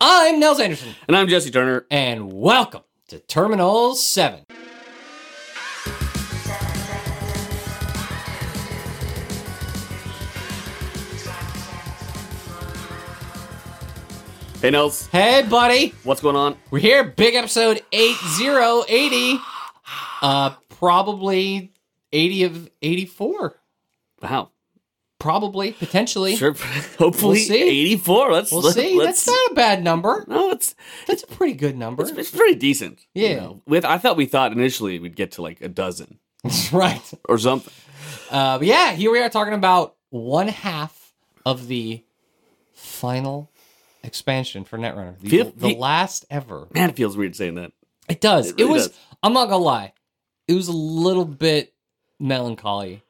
I'm Nels Anderson, And I'm Jesse Turner. and welcome to Terminal 7. Hey, Nels. Hey, buddy, What's going on? we're here. Big episode 8080. Uh, probably 80 of 84. Wow. Probably, potentially. Sure. Hopefully, We'll see. 84. Let's We'll let, see. Let's, That's not a bad number. no, it's, That's a pretty good number. it's it's pretty decent. you Yeah. know. With I thought we thought initially we'd get to like a dozen right. or something. Uh, but yeah, here we are talking about one half of the final expansion for Netrunner. The, Feel- the the- last ever. Man, it feels weird saying that. It does. It, It really was. does. I'm not gonna lie. It was a little bit melancholy,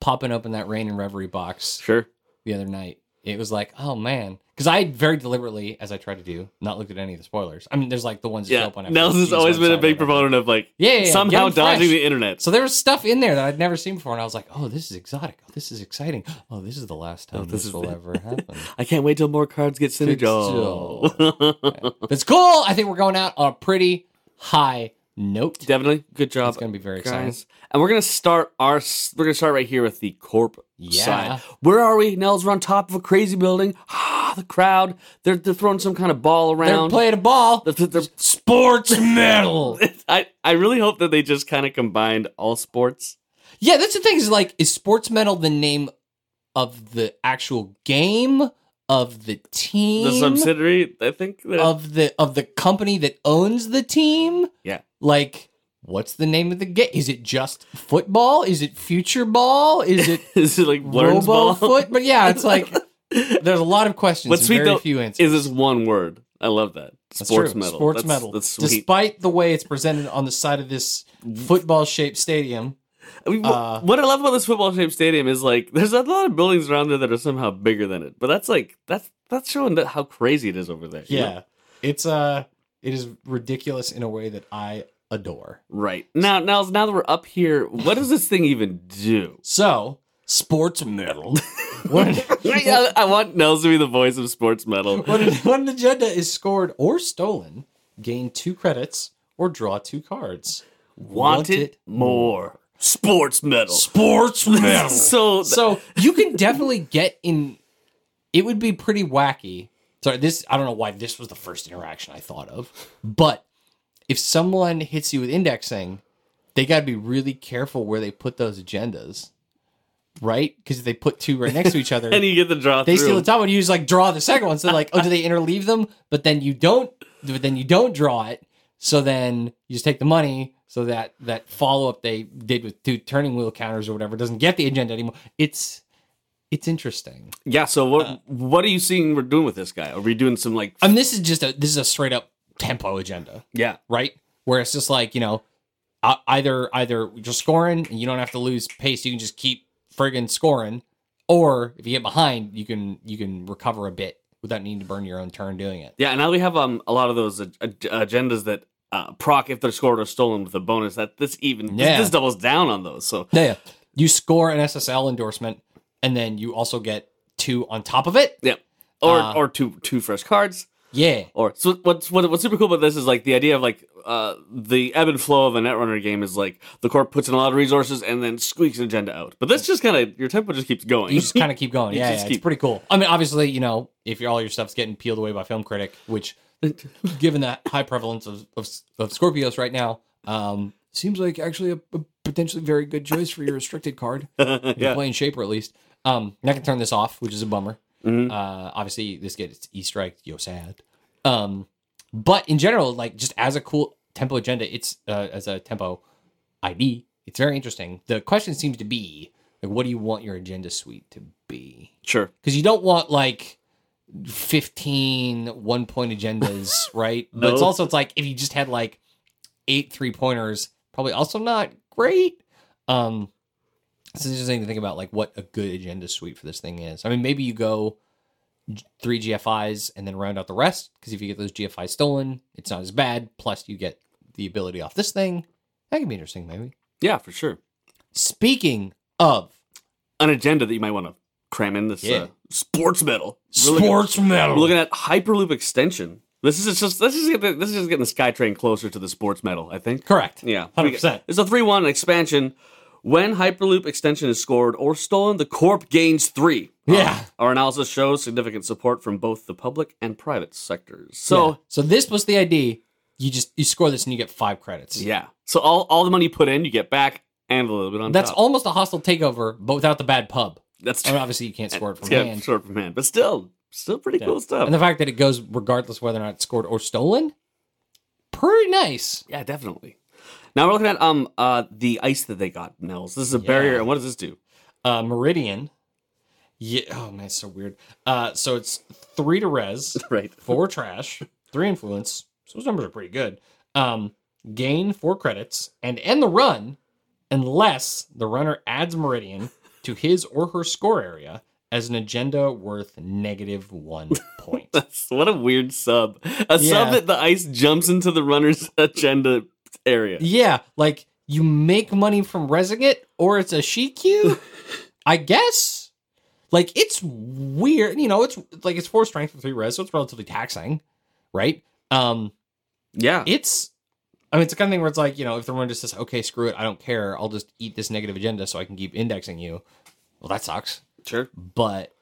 popping open that Rain and Reverie box Sure. the other night. It was like, oh man, because I very deliberately, as I try to do, not looked at any of the spoilers. I mean, there's like the ones that show Yeah. up on. every Nels has season always been a website or big whatever. proponent of like Yeah, yeah, yeah. somehow Get 'em fresh. dodging the internet. So there was stuff in there that I'd never seen before, and I was like, "Oh, this is exotic. Oh, this is exciting. Oh, this is the last time this this, is will the- ever happen." I can't wait till more cards get synergized. That's cool. I think we're going out on a pretty high note. Definitely. Good job. It's going to be very exciting. guys. And we're gonna start our s- we're gonna start right here with the corp Yeah. side. Where are we? Nels, we're on top of a crazy building. Ah, the crowd. They're they're throwing some kind of ball They're around. playing a ball. They're- they're- Sports medal. I I really hope that they just kind of combined all sports. yeah, that's the thing. Is like, is sports medal the name of the actual game of the team? The subsidiary, I think. that- of the of the company that owns the team? Yeah. Like what's the name of the game? Is it just football? Is it future ball? Is it is it like Blurns robo ball? foot? But yeah, it's like there's a lot of questions What's and sweet very though few answers. Is this one word? I love that. That's sports true. medal. Sports that's, medal. That's sweet. Mm-hmm. Despite the way it's presented on the side of this football-shaped stadium. I mean, wh- uh, what I love about this football shaped stadium is like there's a lot of buildings around there that are somehow bigger than it, but that's like that's that's showing that how crazy it is over there. you know? Yeah. It's uh it is ridiculous in a way that I adore. Right. Now, now, now that we're up here, what does this thing even do? So, sports medal. What- I, I want Nels to be the voice of sports metal. when, an, when an agenda is scored or stolen, gain two credits or draw two cards. Want it more. Sports metal. Sports medal. So, so you can definitely get in. It would be pretty wacky. Sorry, this I don't know why this was the first interaction I thought of, but if someone hits you with indexing, they got to be really careful where they put those agendas, right? Because if they put two right next to each other, and you get the draw they through. steal the top one. You just like draw the second one. So like, oh, do they interleave them? But then you don't. But then you don't draw it. So then you just take the money. So that that follow up they did with two turning wheel counters or whatever doesn't get the agenda anymore. It's it's interesting. yeah. So, what what are you seeing? We're doing with this guy? Are we doing some like? I mean, this is just a this is a straight up tempo agenda, yeah. right? Where it's just like you know, uh, either either you're scoring and you don't have to lose pace. You can just keep friggin' scoring, or if you get behind, you can you can recover a bit without needing to burn your own turn doing it. Yeah, and now we have um a lot of those ag- ag- agendas that uh, proc if they're scored or stolen with a bonus. That this even Yeah. this, this doubles down on those. So Yeah, yeah. You score an SSL endorsement, and then you also get two on top of it. yeah, or Uh, or two two fresh cards. Yeah, Or so what's what, what's super cool about this is like the idea of like uh the ebb and flow of a netrunner game is like the corp puts in a lot of resources and then squeaks an agenda out. But that's just kind of your tempo just keeps going. you just kind of keep going. You Yeah, just yeah, it's keep- pretty cool. I mean, obviously, you know, if you're, all your stuff's getting peeled away by Film Critic, which, given the high prevalence of, of, of Scorpios right now, um, seems like actually a, a potentially very good choice for your restricted card. If you're yeah. playing Shaper at least. Um, and I can turn this off, which is a bummer. Mhm. Uh, obviously, this gets E strike. Yo, sad. Um, but in general, like just as a cool tempo agenda, it's uh, as a tempo ID. It's very interesting. The question seems to be like, what do you want your agenda suite to be? Sure. Because you don't want like 15 one point agendas, right? But it's No. also it's like if you just had like eight three pointers, probably also not great. Um it's interesting to think about like what a good agenda suite for this thing is. I mean, maybe you go g- three GFIs and then round out the rest, because if you get those GFIs stolen, it's not as bad. Plus you get the ability off this thing. That could be interesting, maybe. Yeah, for sure. Speaking of An agenda that you might want to cram in this Yeah. uh, sports metal. We're looking- sports medal. We're looking at Hyperloop extension. This is just this is getting- this is just getting the SkyTrain closer to the sports medal. I think. Correct. Yeah, 100%. It's a three-one expansion. When Hyperloop extension is scored or stolen, the corp gains three. Uh, Yeah. Our analysis shows significant support from both the public and private sectors. So So this was the idea. You just you score this and you get five credits. yeah, so all, all the money you put in, you get back and a little bit on That's top. almost a hostile takeover, but without the bad pub. That's I mean, obviously you can't score it from yeah, hand. sort of from hand, but still, still pretty cool stuff. And the fact that it goes regardless whether or not it's scored or stolen, pretty nice. yeah, definitely. Now we're looking at um uh the ice that they got. Nels, this is a barrier, Yeah. and what does this do? Uh, Meridian. Yeah. Oh man, it's so weird. Uh, so it's three to res, Right. four trash, three influence. So those numbers are pretty good. Um, gain four credits and end the run unless the runner adds Meridian to his or her score area as an agenda worth negative one point. That's what a weird sub. A Yeah. sub that the ice jumps into the runner's agenda area. Yeah, like you make money from resing it, or it's a Shikyu, I guess. Like it's weird, you know. It's like it's four strength for three res, so it's relatively taxing, right? Um, Yeah. it's, I mean, it's the kind of thing where it's like you know, if the runner just says, "Okay, screw it, I don't care, I'll just eat this negative agenda so I can keep indexing you," well, that sucks. Sure. But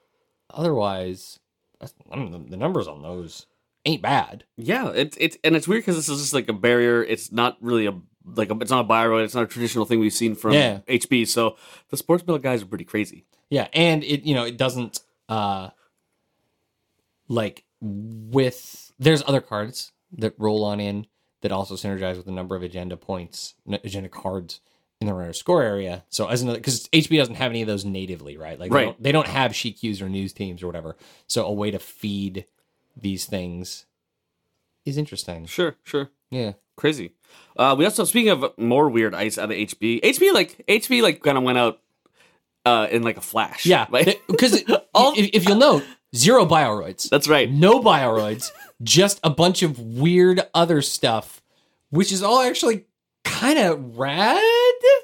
otherwise, that's, I don't know, the numbers on those ain't bad. Yeah. It's it's and it's weird because this is just like a barrier. It's not really a like a, it's not a byroad. It's not a traditional thing we've seen from Yeah. HB. So the sports bill guys are pretty crazy. Yeah, and it you know it doesn't uh like with there's other cards that roll on in that also synergize with the number of agenda points, n- agenda cards in the runner score area. So as another because HB doesn't have any of those natively, right? Like Right. They, don't, they don't have CQs or news teams or whatever. So a way to feed these things is interesting. Sure. Sure. Yeah. Crazy. Uh, we also speaking of more weird ice out of HB. HB like HB like kind of went out uh, in like a flash. Yeah. Like, Because All- if, if you'll note, zero bioroids. that's right. no bioroids, just a bunch of weird other stuff, which is all actually kind of rad. I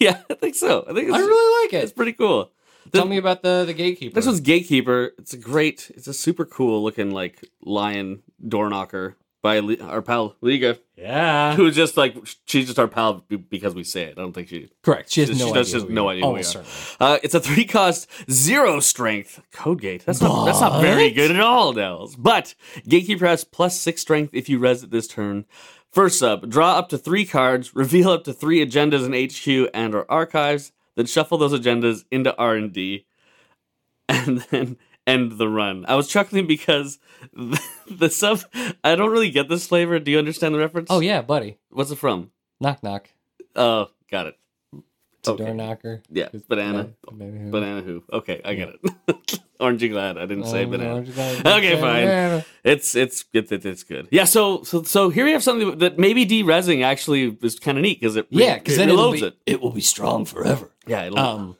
Yeah, I think so. I think it's, really like it's it. pretty cool. Tell me about the the gatekeeper. This one's Gatekeeper. It's a great, it's a super cool looking like lion door knocker by Le- our pal Liga, yeah, who just like she's just our pal be- because we say it. I don't think she. correct. She has She no idea. does- she has who we are. Oh, no idea who we Almost are. certainly. Uh, it's a three cost zero strength code gate. That's not that's not very But- good at all, Nels. But Gatekeeper has plus six strength if you res it this turn. First sub, draw up to three cards, reveal up to three agendas in HQ and or archives, then shuffle those agendas into R and D, and then end the run. I was chuckling because the, the sub. I don't really get this flavor. Do you understand the reference? Oh yeah, buddy. what's it from? Knock knock. Oh, got it. It's a Okay. door knocker. Yeah, it's banana. Banana. who? Banana hoop. Okay, I get it. Orangey glad I didn't say Um, banana. orange guy- Okay, fine. banana. It's it's it's it's- it's good. Yeah. So so so here we have something that maybe de-resing actually is kind of neat because it Yeah, because then it'll reloads be, it. it will be strong forever. Yeah. It'll, Um,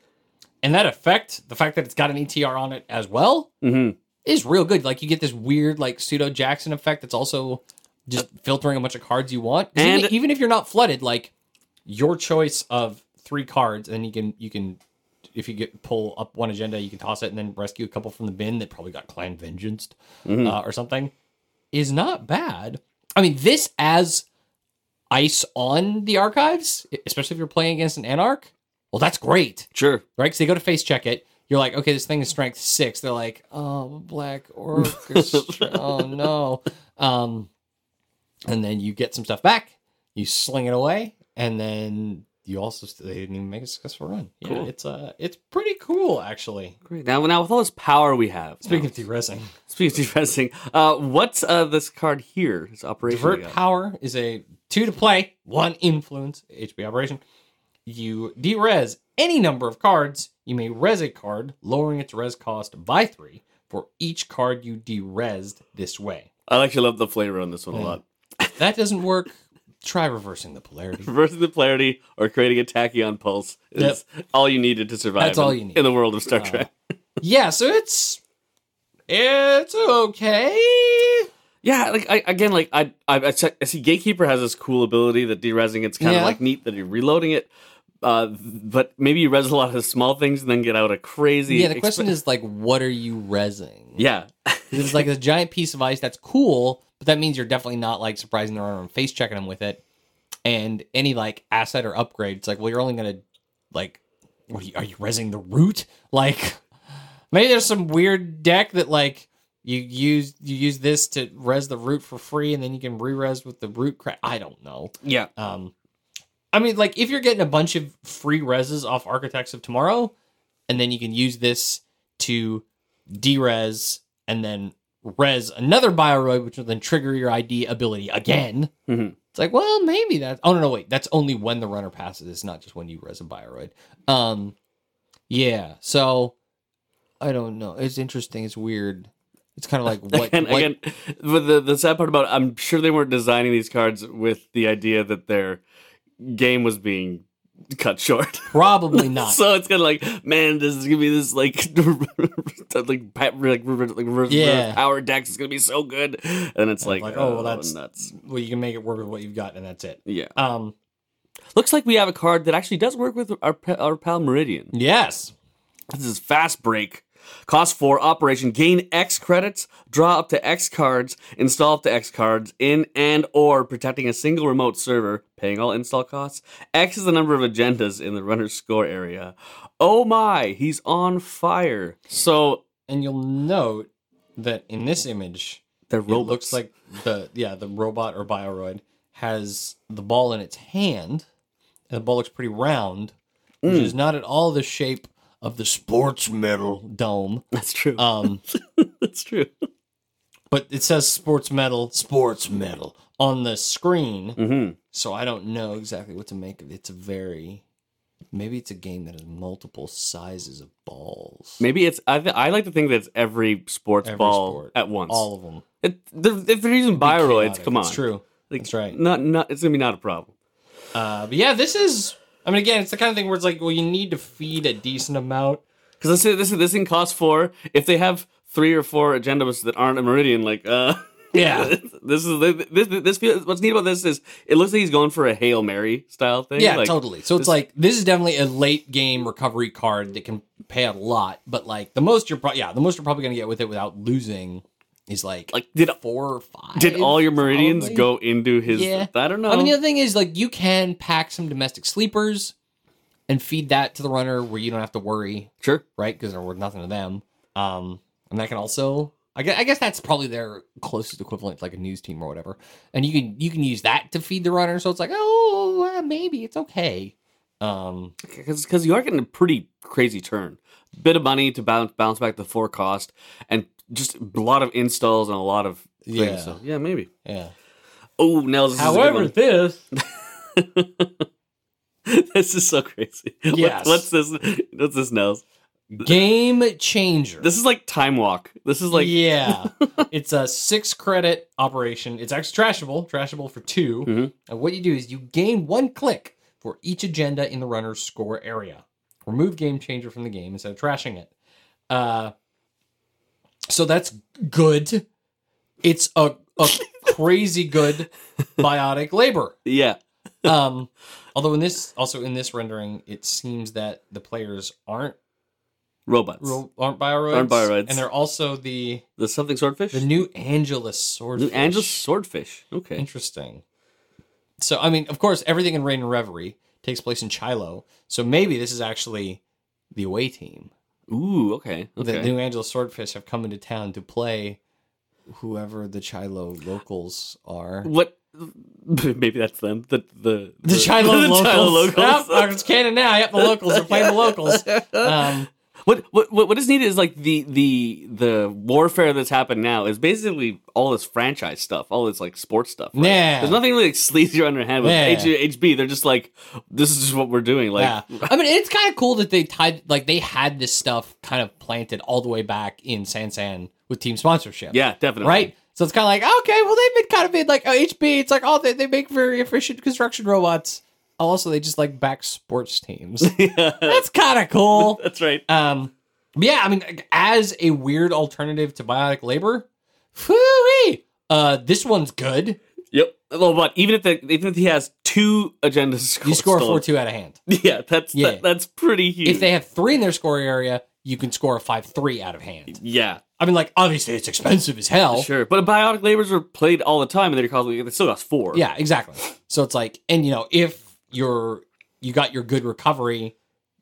and that effect, the fact that it's got an ETR on it as well, mhm. is real good. Like you get this weird like pseudo Jackson effect that's also just filtering a bunch of cards you want. And And- even, even if you're not flooded, like your choice of three cards, and then you can you can if you get pull up one agenda, you can toss it and then rescue a couple from the bin that probably got clan vengeanced uh, or something is not bad. I mean, this as ice on the archives, e, especially if you're playing against an anarch. Well, that's great Sure. right? Because they go to face check it. You're like, okay, this thing is strength six. They're like, oh, black orchestra. oh no. Um, and then you get some stuff back. You sling it away, and then you also they didn't even make a successful run. Yeah, Cool. it's uh, it's pretty cool actually. Great. Now now with all this power we have. Speaking now, of depressing, speaking of de-resing, uh, what's uh this card here? This operation. we divert got? power is a two to play, one influence HP operation. You derez any number of cards. You may res a card, lowering its res cost by three for each card you derezed this way. I actually love the flavor on this one a Yeah. lot. If that doesn't work, try reversing the polarity. Reversing the polarity or creating a tachyon pulse is all you needed to survive. That's all in- you need. in the world of Star Uh, Trek. Yeah, so it's it's okay. Yeah, like I, again, like I, I, I se- I see Gatekeeper has this cool ability that deresing. It's kind of Yeah. like neat that you're reloading it, uh, but maybe you res a lot of the small things and then get out a crazy. Yeah, the exp- question is like, what are you resing? yeah, It's like a giant piece of ice that's cool, But that means you're definitely not like surprising the runner and face checking them with it. And any like asset or upgrade, it's like, well, you're only gonna like, what are you, are you resing the root? Like, maybe there's some weird deck that like you use you use this to res the root for free, and then you can re-res with the root crack. I don't know. Yeah. Um, I mean, like if you're getting a bunch of free reses off Architects of Tomorrow, and then you can use this to derez and then res another Bioroid, which will then trigger your ID ability again. Mhm. It's like, well, maybe that's. Oh no, no, wait, that's only when the runner passes. It's not just when you res a Bioroid. Um, yeah. So I don't know. It's interesting. It's weird. It's kind of like what, again, what again but the, the sad part about it, I'm sure they weren't designing these cards with the idea that their game was being cut short. probably not. so it's kind of like, man, this is gonna be this like like pa- like, like, like Yeah. power decks is gonna be so good, and it's like, like, oh, oh, well, that's- nuts. well, you can make it work with what you've got, and that's it. Yeah, Um, looks like we have a card that actually does work with our pa- our pal Meridian. yes. This is Fast Break. Cost 4 operation. Gain X credits, draw up to X cards, install up to X cards in and or protecting a single remote server, paying all install costs. X is the number of agendas in the runner's score area. Oh my, he's on fire. So and you'll note that in this image, the it robot looks like the yeah the robot or bioroid has the ball in its hand, and the ball looks pretty round, which Mm. is not at all the shape of the sports medal dome. that's true. Um, that's true. but it says sports medal, sports medal on the screen, Mhm. so I don't know exactly what to make of it. It's a very maybe it's a game that has multiple sizes of balls. Maybe it's I, th- I like to think that it's every sports Every ball sport. at once. All of them. it, the, if they're using bioroids, come on. It's true. Like, That's right. Not not it's going to be not a problem. Uh, but yeah, this is. I mean, again, it's the kind of thing where it's like, well, you need to feed a decent amount. Because let's say this this thing costs four. If they have three or four agendas that aren't a meridian, like uh, Yeah, this is this this, this feels, what's neat about this is it looks like he's going for a hail mary style thing. yeah, like, totally. So it's like this is definitely a late game recovery card that can pay a lot, but like the most you're, pro- yeah, the most you're probably gonna get with it without losing is like Like did four or five. did all your meridians probably. go into his? Yeah. I don't know. I mean, the other thing is like you can pack some domestic sleepers and feed that to the runner where you don't have to worry sure. right? Because they're worth nothing to them. Um, and that can also, I guess, I guess that's probably their closest equivalent, like a news team or whatever. And you can you can use that to feed the runner. So it's like, oh, uh, maybe it's okay. Um, because you are getting a pretty crazy turn. Bit of money to bounce bounce back the four cost, and just a lot of installs and a lot of things. Yeah. So yeah, maybe. yeah. Oh, Nels. This is a good this one. this is so crazy. What- Yes. What's this? What's this, Nels? game changer. This is like Time Walk. This is like yeah, it's a six credit operation. It's actually trashable, trashable for 2 Mhm. And what you do is you gain one click for each agenda in the runner's score area. Remove game changer from the game instead of trashing it. Uh, so that's good. It's a, a crazy good biotic labor. yeah. Um, although in this also in this rendering, it seems that the players aren't robots. aren't bioroids, Aren't bioroids. and they're also the the something swordfish. the new Angelus swordfish. New Angelus swordfish. Okay. Interesting. So, I mean, of course, everything in Rain and Reverie takes place in Chilo. So maybe this is actually the away team. Ooh. Okay. Okay. The new Angelus swordfish have come into town to play whoever the Chilo locals are. what? Maybe that's them. The the The Chilo the locals. Chilo locals. Yep, it's canon now. Yep, the locals are playing the locals. Um, what, what what what is needed is like the the the warfare that's happened now is basically all this franchise stuff, all this like sports stuff. right? Yeah. There's nothing really like, sleazy or underhand with Yeah. H, HB. They're just like this is just what we're doing. Like yeah. I mean, it's kind of cool that they tied, like, they had this stuff kind of planted all the way back in Sansan with team sponsorship. yeah, definitely. right? So it's kind of like, okay, well, they've been kind of in like oh, HB. It's like, oh, they, they make very efficient construction robots. Also, they just like back sports teams. That's kind of cool. That's right. Um, but yeah, I mean, as a weird alternative to biotic labor, whoo-wee, uh, this one's good. Yep. Well, but even if the, even if he has two agendas, You score stolen- four two out of hand. Yeah, that's Yeah. That, that's pretty huge. If they have three in their score area, you can score a five three out of hand. Yeah, I mean, like obviously it's expensive as hell. sure. But biotic labors were played all the time, and they cost they still cost four. Yeah, exactly. So it's like, and you know, if you're you got your good recovery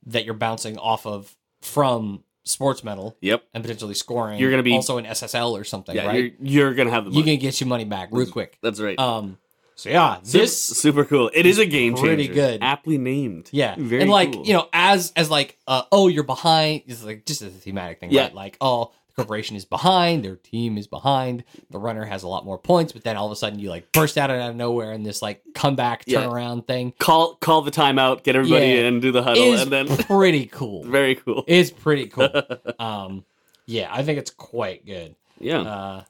that you're bouncing off of from sports medal Yep. and potentially scoring, You're gonna be- also in Sssl or something, Yeah, right? you're, you're gonna have the You're, money. gonna get your money back real quick. That's right. Um, so yeah, Super- this super cool. It is a game changer. pretty good. Aptly named. Yeah, Very and like cool. you know, as as like uh, oh, you're behind. It's like just a thematic thing, Yeah. right? Like oh, the corporation is behind, their team is behind, the runner has a lot more points, but then all of a sudden you like burst out out of nowhere in this like comeback Yeah. turnaround thing call call the timeout, get everybody Yeah. in, do the huddle, is and then pretty cool. very cool. Is pretty cool. um, yeah, I think it's quite good. Yeah. Uh,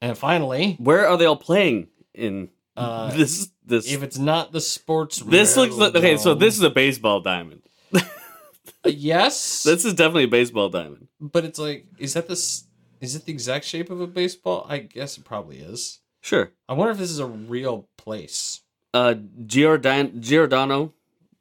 and finally, Where are they all playing in Uh, this this if it's not the sports, this looks like okay, so realm- this is a baseball diamond. uh, yes, This is definitely a baseball diamond. but it's like is that this is it the exact shape of a baseball? I guess it probably is. Sure. I wonder if this is a real place. Uh Giordan- Giordano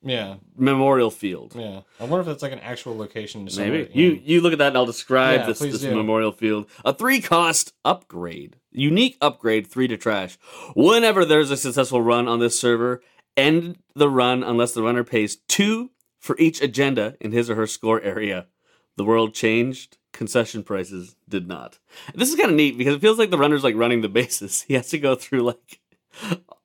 Yeah, Memorial Field. yeah. I wonder if that's like an actual location. somewhere Maybe. You in- you look at that and I'll describe Yeah, this, please this do. memorial field. A three cost upgrade. Unique upgrade, three to trash. Whenever there's a successful run on this server, end the run unless the runner pays two for each agenda in his or her score area. The world changed. Concession prices did not. This is kind of neat because it feels like the runner's like running the bases. He has to go through like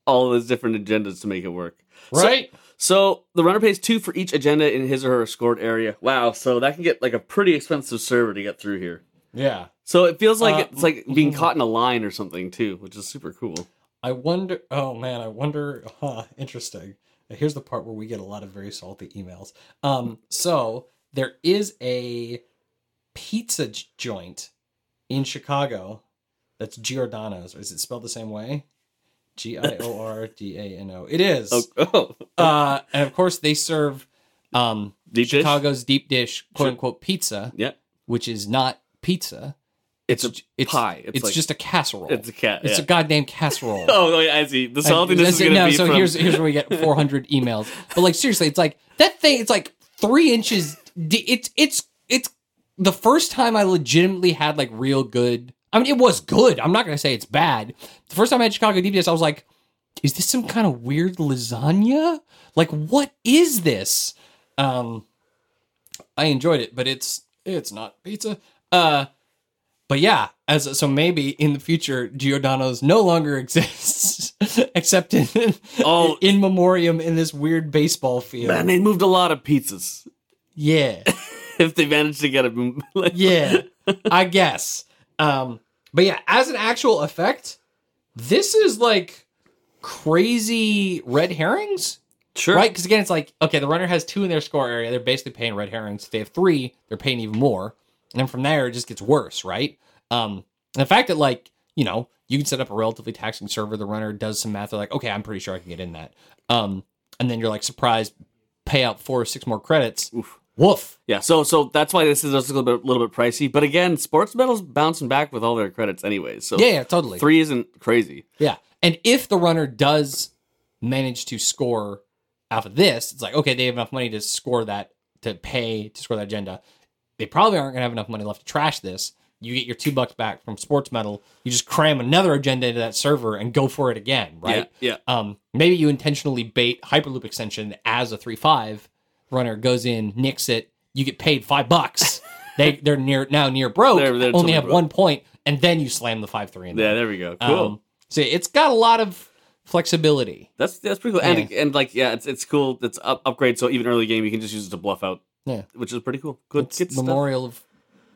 all those different agendas to make it work. So- right. so the runner pays two for each agenda in his or her scored area. Wow, so that can get like a pretty expensive server to get through here. yeah, So it feels like Uh, it's like being mhm. caught in a line or something too, which is super cool. I wonder. Oh man, I wonder. Huh, interesting. Here's the part where we get a lot of very salty emails. Um, so there is a pizza j- joint in Chicago that's Giordano's. Is it spelled the same way? G I O R D A N O. It is. Oh, oh Uh, and of course, they serve um, deep dish? Chicago's deep dish, quote Sure. unquote, pizza, Yeah, which is not pizza. it's, j- a pie. It's, It's, like, just a casserole. it's a cat. It's yeah. a goddamn casserole. oh, wait, I see. The Like, saltiness that's is it. gonna no, be so from. here's here's where we get 400 emails. But like seriously, it's like that thing. It's like three inches. d- It's it's it's the first time I legitimately had like real good. I mean, it was good. I'm not gonna say it's bad. The first time I had Chicago deep dish, I was like, is this some kind of weird lasagna? Like, what is this? Um, I enjoyed it, but it's it's not pizza. Uh, but yeah, as so maybe in the future Giordano's no longer exists except in Oh. in memoriam in this weird baseball field. Man, they moved a lot of pizzas. Yeah. If they managed to get a like, Yeah. I guess. Um but yeah, as an actual effect, this is like crazy red herrings, sure, right? Cuz again it's like okay, the runner has two in their score area, they're basically paying red herrings. If they have 3, they're paying even more. And then from there it just gets worse, right? Um and the fact that like, you know, you can set up a relatively taxing server, the runner does some math, they're like, "Okay, I'm pretty sure I can get in that." Um and then you're like surprised pay out four or six more credits. Oof. Woof. Yeah, so so that's why this is just a little bit, little bit pricey. But again, sports medals bouncing back with all their credits anyway. So Yeah, yeah, totally. three isn't crazy. Yeah. And if the runner does manage to score off of this, it's like, okay, they have enough money to score that, to pay to score that agenda. They probably aren't going to have enough money left to trash this. You get your two bucks back from Sports Medal. You just cram another agenda into that server and go for it again, right? Yeah, Um, maybe you intentionally bait Hyperloop Extension as a 3 5 runner goes in, nicks it. You get paid five bucks. they, they're near now near broke, They're- they're only totally have broke. one point, and then you slam the 5 3 in yeah. there. Yeah, there we go. Cool. Um, so it's got a lot of flexibility. that's that's pretty cool. And and like yeah, it's it's cool. It's up, upgrade. So even early game, you can just use it to bluff out. Yeah. which is pretty cool. Good, It's good stuff. memorial of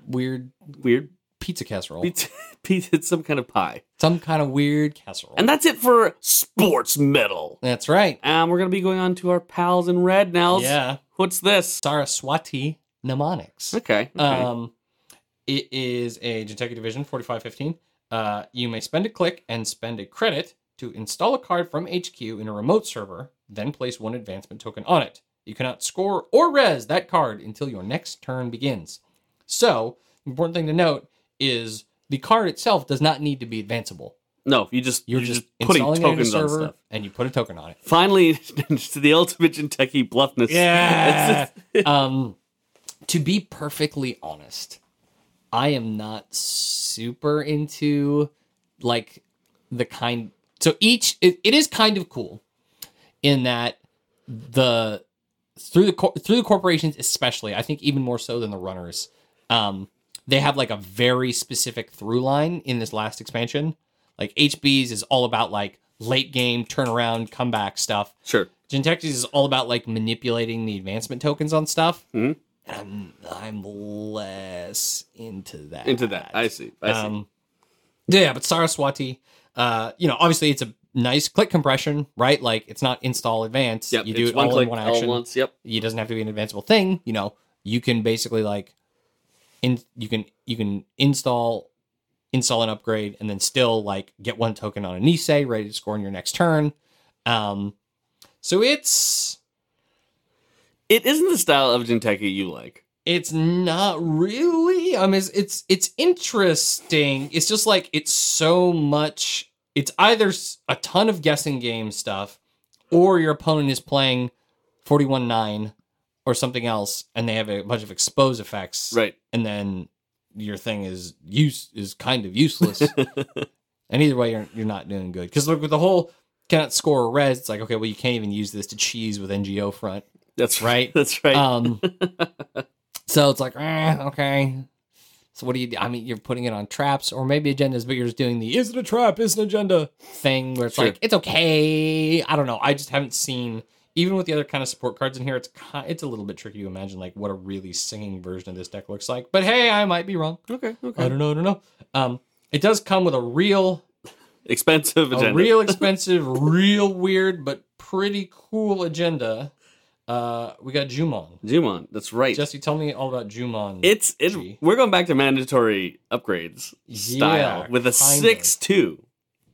weird Weird. pizza casserole. Pete, Pete did some kind of pie, Some kind of weird casserole. and that's it for sports medal. That's right. Um, we're gonna be going on to our pals in red now. Yeah. What's this? Saraswati mnemonics. Okay. okay. Um, it is a Jinteki Division 4515. Uh, you may spend a click and spend a credit to install a card from HQ in a remote server, then place one advancement token on it. You cannot score or res that card until your next turn begins. So, the important thing to note is the card itself does not need to be advanceable. no, you just You're, just, installing it in a server and you put a token on it. Finally, to the ultimate Jinteki bluffness. Yeah. um, to be perfectly honest, I am not super into like the kind. So each it, it is kind of cool in that the through the cor- through the corporations especially I think even more so than the runners um they have like a very specific through line in this last expansion like HB's is all about like late game turnaround comeback stuff Sure. Gentexes is all about like manipulating the advancement tokens on stuff. Mhm. And I'm I'm less into that. Into that. I see. I see. Um, yeah, but Saraswati, uh, you know, obviously it's a nice click compression, right? Like it's not install advance. Yep. you do it's it all in one action. all once. Yep. It doesn't have to be an advanceable thing. You know, you can basically like, in you can you can install install an upgrade and then still like get one token on a Nisei ready to score on your next turn. Um, so it's It isn't the style of Jinteki you like. it's not really. I mean, it's it's, it's interesting. It's just like it's so much. It's either s- a ton of guessing game stuff, or your opponent is playing forty one nine or something else, and they have a bunch of expose effects, Right. and then your thing is use is kind of useless. and either way, you're you're not doing good because look with the whole cannot score a res. It's like okay, well you can't even use this to cheese with NGO front. That's Right. That's right. Um, so it's like, eh, okay. So what do you? do? I mean, you're putting it on traps or maybe agendas, but you're just doing the "is it a trap? Is it an agenda?" thing where it's Sure. like it's okay. I don't know. I just haven't seen even with the other kind of support cards in here. It's ki it's a little bit tricky to imagine like what a really singing version of this deck looks like. But hey, I might be wrong. okay. Okay. I don't know. I don't know. Um, it does come with a real Expensive agenda. a real expensive, real weird, but pretty cool agenda. Uh, we got Jumon. Jumon. That's right. Jesse, tell me all about Jumon. it's it. Gee. We're going back to mandatory upgrades style Yeah, with a kind of. six two,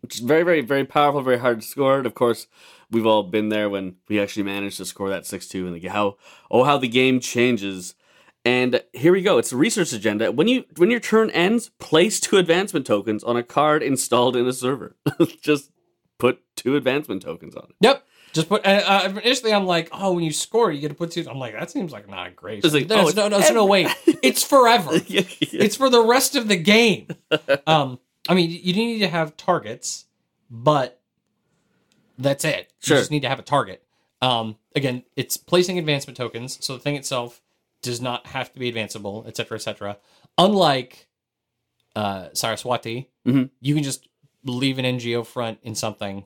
which is very very very powerful, very hard to score. And of course, we've all been there when we actually managed to score that six two, and the, how oh how the game changes. And here we go. It's a research agenda. When you when your turn ends, place two advancement tokens on a card installed in a server. Just put two advancement tokens on it. Yep. Just put. Uh, uh, initially, I'm like, oh, when you score, you get to put two. I'm like, that seems like not great. It's like, no, oh, no, no, it's no, wait. It's forever. It's for the rest of the game. Um, I mean, you do need to have targets, but that's it. Sure. You just need to have a target. Um, again, it's placing advancement tokens, so the thing itself does not have to be advanceable, etc., etc. Unlike uh, Saraswati, Mhm. you can just leave an NGO front in something.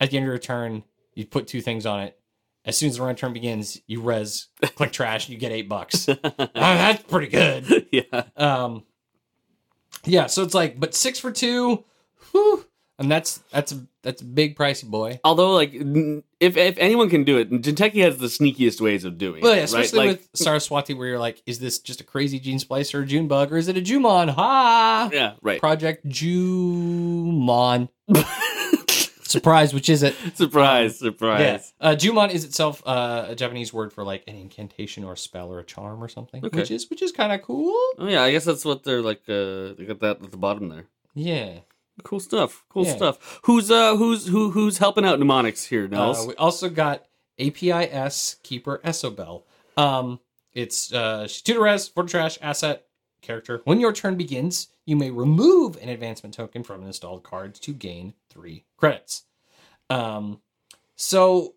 At the end of your turn, you put two things on it. As soon as the round turn begins, you res, click trash, you get eight bucks. Ah, that's pretty good. yeah. Um, yeah, so it's like, but six for two, whew, and that's that's a that's a big pricey boy. Although, like, n- if if anyone can do it, Jinteki has the sneakiest ways of doing But Oh, yeah, it. especially right? with Saraswati, where you're like, is this just a crazy gene splicer or June bug, or is it a Jumon? Ha! Like, yeah, right. Project Jumon. Surprise, which is it? surprise, surprise. Yeah. Uh, Jumon is itself uh, a Japanese word for like an incantation or a spell or a charm or something, Okay. which is which is kind of cool. Oh yeah, I guess that's what they're like. Uh, they got that at the bottom there. Yeah. Cool stuff. Cool Yeah. stuff. Who's uh who's who who's helping out mnemonics here, Uh, Nels? we also got APIS Keeper Esobel. Um, it's uh, Tutorez, Fortrash, Asset, Character. When your turn begins, you may remove an advancement token from an installed card to gain three credits. Um, so,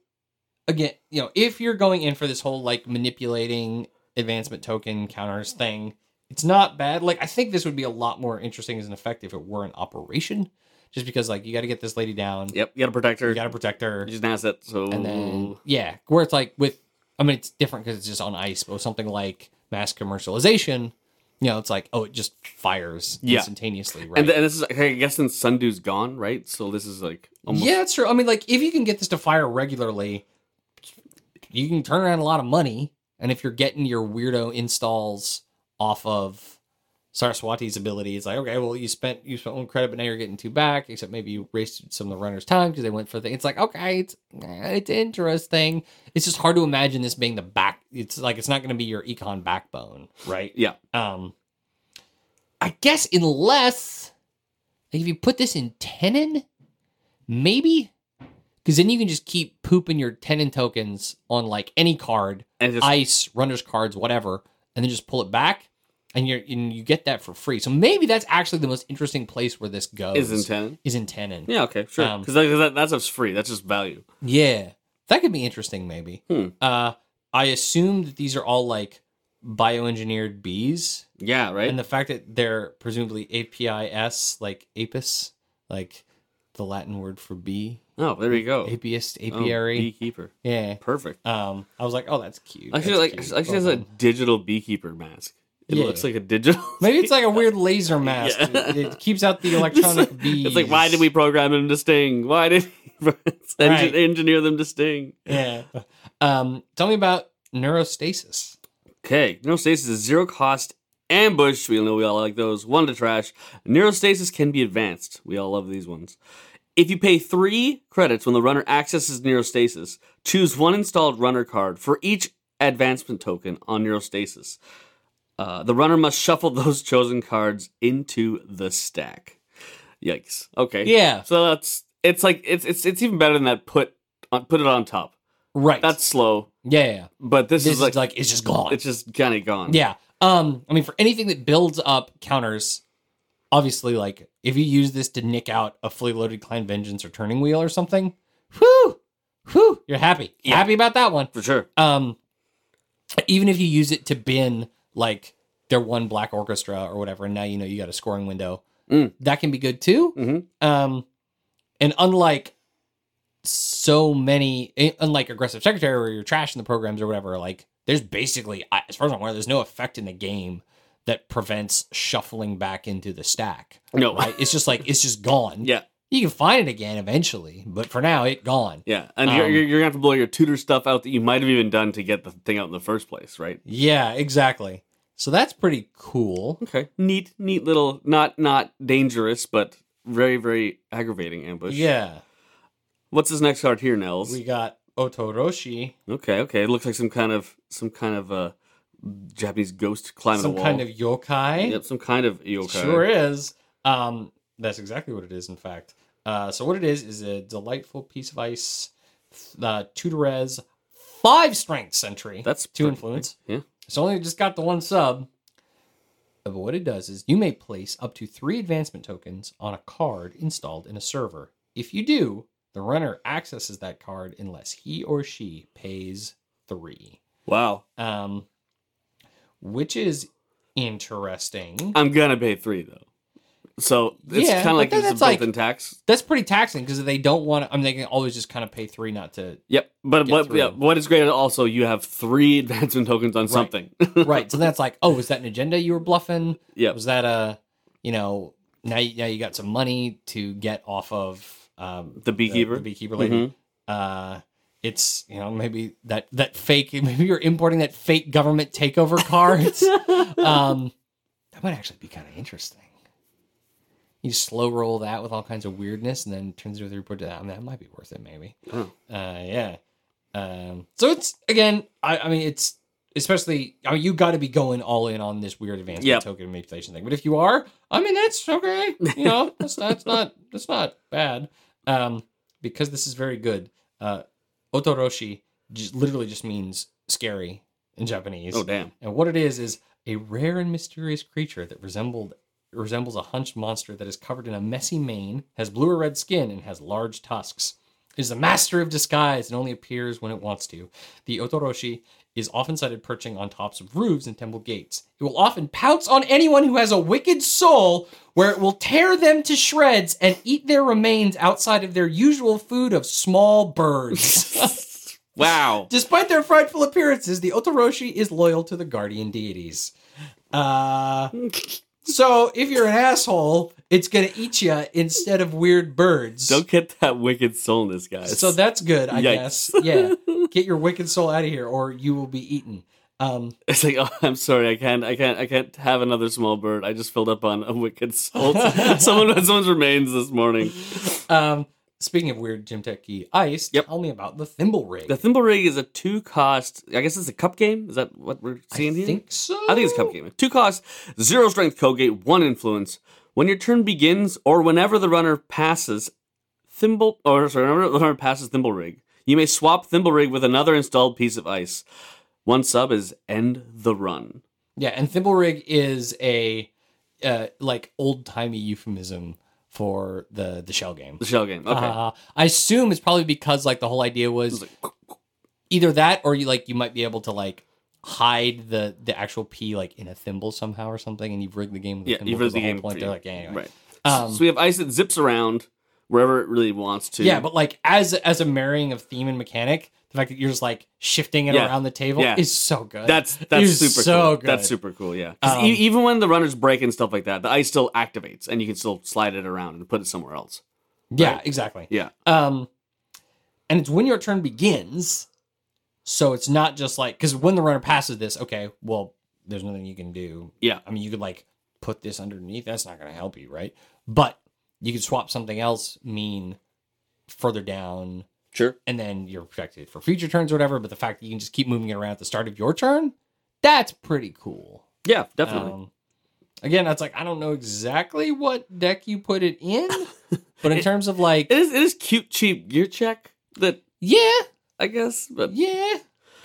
again, you know, if you're going in for this whole like manipulating advancement token counters thing, it's not bad. Like, I think this would be a lot more interesting as an effect if it were an operation, just because like you got to get this lady down. yep, you got a protector. You got to protect her She's an asset. So and then Oh. yeah, where it's like with I mean it's different because it's just on ice, but with something like mass commercialization, you know, it's like oh it just fires Yeah. instantaneously, right? and, th- and this is I guess since Sundu's gone, right? So this is like almost yeah, it's true. I mean, like if you can get this to fire regularly, you can turn around a lot of money, and if you're getting your weirdo installs off of Saraswati's ability, it's like okay, well you spent you spent one credit, but now you're getting two back. Except maybe you wasted some of the runner's time because they went for the. It's like okay, it's it's interesting. It's just hard to imagine this being the back. It's like it's not going to be your econ backbone, right? Yeah. Um. I guess unless like, if you put this in tenon, maybe because then you can just keep pooping your tenon tokens on like any card and just ice, runner's cards, whatever. and then just pull it back, and you're and you get that for free. So maybe that's actually the most interesting place where this goes Is in ten. is in Tenon. Yeah, okay, sure. Um, Because that, 'cause that, that stuff's free. That's just value. Yeah, that could be interesting. Maybe. Hmm. Uh, I assume that these are all like bioengineered bees, Yeah, right. and the fact that they're presumably APIS, like apis, like the Latin word for bee, oh, there you go. apiest, Oh, apiary. beekeeper. E. yeah. Perfect. Oh, Um, I was like, oh, that's cute. Actually, that's like cute. actually, has Well a done. digital beekeeper mask. It Yeah. looks like a digital. Maybe it's like a weird laser mask. Yeah. It, it keeps out the electronic bees. It's like, why did we program them to sting? Why did we Right. engineer them to sting? Yeah. Um, tell me about neurostasis. Okay, neurostasis is zero cost ambush. We know we all like those. One to trash. Neurostasis can be advanced. We all love these ones. If you pay three credits when the runner accesses neurostasis, choose one installed runner card for each advancement token on neurostasis. Uh, the runner must shuffle those chosen cards into the stack. Yikes. Okay. Yeah. So that's it's like it's it's it's even better than that. Put on, put it on top. Right. That's slow, yeah. yeah. but this, This is, like, it's just gone. it's just kind of gone. yeah. Um, I mean, for anything that builds up counters, obviously, like if you use this to nick out a fully loaded Clan Vengeance or Turning Wheel or something, whew, whew, you're happy. Yeah. Happy about that one. for sure. um even if you use it to bin like their one black orchestra or whatever and now you know you got a scoring window Mm. that can be good too Mhm. um and unlike so many eh, unlike aggressive secretary where you're trashing the programs or whatever like there's basically I- as far as i'm aware there's no effect in the game that prevents shuffling back into the stack No. right it's just like it's just gone Yeah. you can find it again eventually but for now it gone Yeah, and you're, Um, you're, you're gonna have to blow your tutor stuff out that you might have even done to get the thing out in the first place, right? yeah exactly so that's pretty cool Okay. Neat, neat little, not not dangerous, but very very aggravating ambush. Yeah, What's this next card here, Nels? we got Otoroshi, okay, okay. It looks like some kind of some kind of uh Japanese ghost climbing a some wall. kind of yokai. yep, some kind of yokai. Sure is. Um, that's exactly what it is, in fact. Uh, so what it is is a delightful piece of ice, uh, Tudorez five strength sentry. That's two pretty- influence. Yeah. It's only just got the one sub. Uh, But what it does is you may place up to three advancement tokens on a card installed in a server. If you do, the runner accesses that card unless he or she pays three. Wow. um, which is interesting. I'm gonna pay three though. So it's Yeah, kind but of like then it's a that's like- built-in tax. That's pretty taxing because they don't want. to I mean, they can always just kind of pay three not to. Yep, but Get what through. yeah, what is great also you have three advancement tokens on Right. something. Right. So that's like, oh, was that an agenda you were bluffing? Yep. Was that a, you know, now you, now you got some money to get off of um, The beekeeper. the, beekeeper lady. Uh, it's you know maybe that that fake maybe you're importing that fake government takeover cards. um, that might actually be kind of interesting. You slow roll that with all kinds of weirdness, and then turns into a report to that. I mean, that might be worth it, maybe. Huh. Uh, yeah. Um, so it's again, I, I mean, it's especially. I mean, you got to be going all in on this weird advancement Yep. token manipulation thing. But if you are, I mean, that's okay. You know, that's not, that's not that's not bad. Um, because this is very good. Uh, Otoroshi just literally just means scary in Japanese. Oh damn. And what it is is a rare and mysterious creature that resembled resembles a hunched monster that is covered in a messy mane, has blue or red skin, and has large tusks. It is a master of disguise and only appears when it wants to. The Otoroshi is often sighted perching on tops of roofs and temple gates. It will often pounce on anyone who has a wicked soul, where it will tear them to shreds and eat their remains outside of their usual food of small birds. Wow. Despite their frightful appearances, the Otoroshi is loyal to the guardian deities. Uh, so if you're an asshole, it's gonna eat you instead of weird birds. Don't get that wicked soulness, guys. So that's good, I Yikes. guess. Yeah, get your wicked soul out of here, or you will be eaten. Um, it's like, oh, I'm sorry, I can't, I can't, I can't have another small bird. I just filled up on a wicked soul. Someone, someone's remains this morning. um, speaking of weird Jim Techie ice, Yep. tell me about the thimble rig. The thimble rig is a two cost. I guess it's a cup game. Is that what we're seeing I here? think so. I think it's cup game. Two cost, zero strength Kogate, one influence. When your turn begins, or whenever the runner passes Thimble, or sorry, whenever the runner passes Thimble Rig, you may swap Thimble Rig with another installed piece of ice. One sub is End the Run. Yeah, and thimble rig is a uh, like old timey euphemism for the the shell game. The shell game. Okay. Uh, I assume it's probably because like the whole idea was It's either that or you like you might be able to like hide the the actual pea like in a thimble somehow or something, and you've rigged the game. With a Yeah, thimble you've 'cause rigged the whole game Point to- they're like, yeah, anyway. right. Um, so we have ice that zips around wherever it really wants to. Yeah, but like as as a marrying of theme and mechanic, the fact that you're just like shifting it Yeah. around the table Yeah. is so good. that's that's is super so cool. good. That's super cool. Yeah. 'Cause e- Um, even when the runners break and stuff like that, the ice still activates, and you can still slide it around and put it somewhere else. yeah, right. exactly. Yeah. Um, and it's when your turn begins, so it's not just like because when the runner passes this, okay, well, there's nothing you can do. Yeah. I mean, you could like put this underneath. That's not going to help you, right? But you could swap something else mean further down, Sure. and then you're protected for future turns or whatever. But the fact that you can just keep moving it around at the start of your turn, that's pretty cool. Yeah, definitely. Um, again, that's like I don't know exactly what deck you put it in, but in terms of like, it is it is cute cheap gear check that yeah, I guess, but yeah,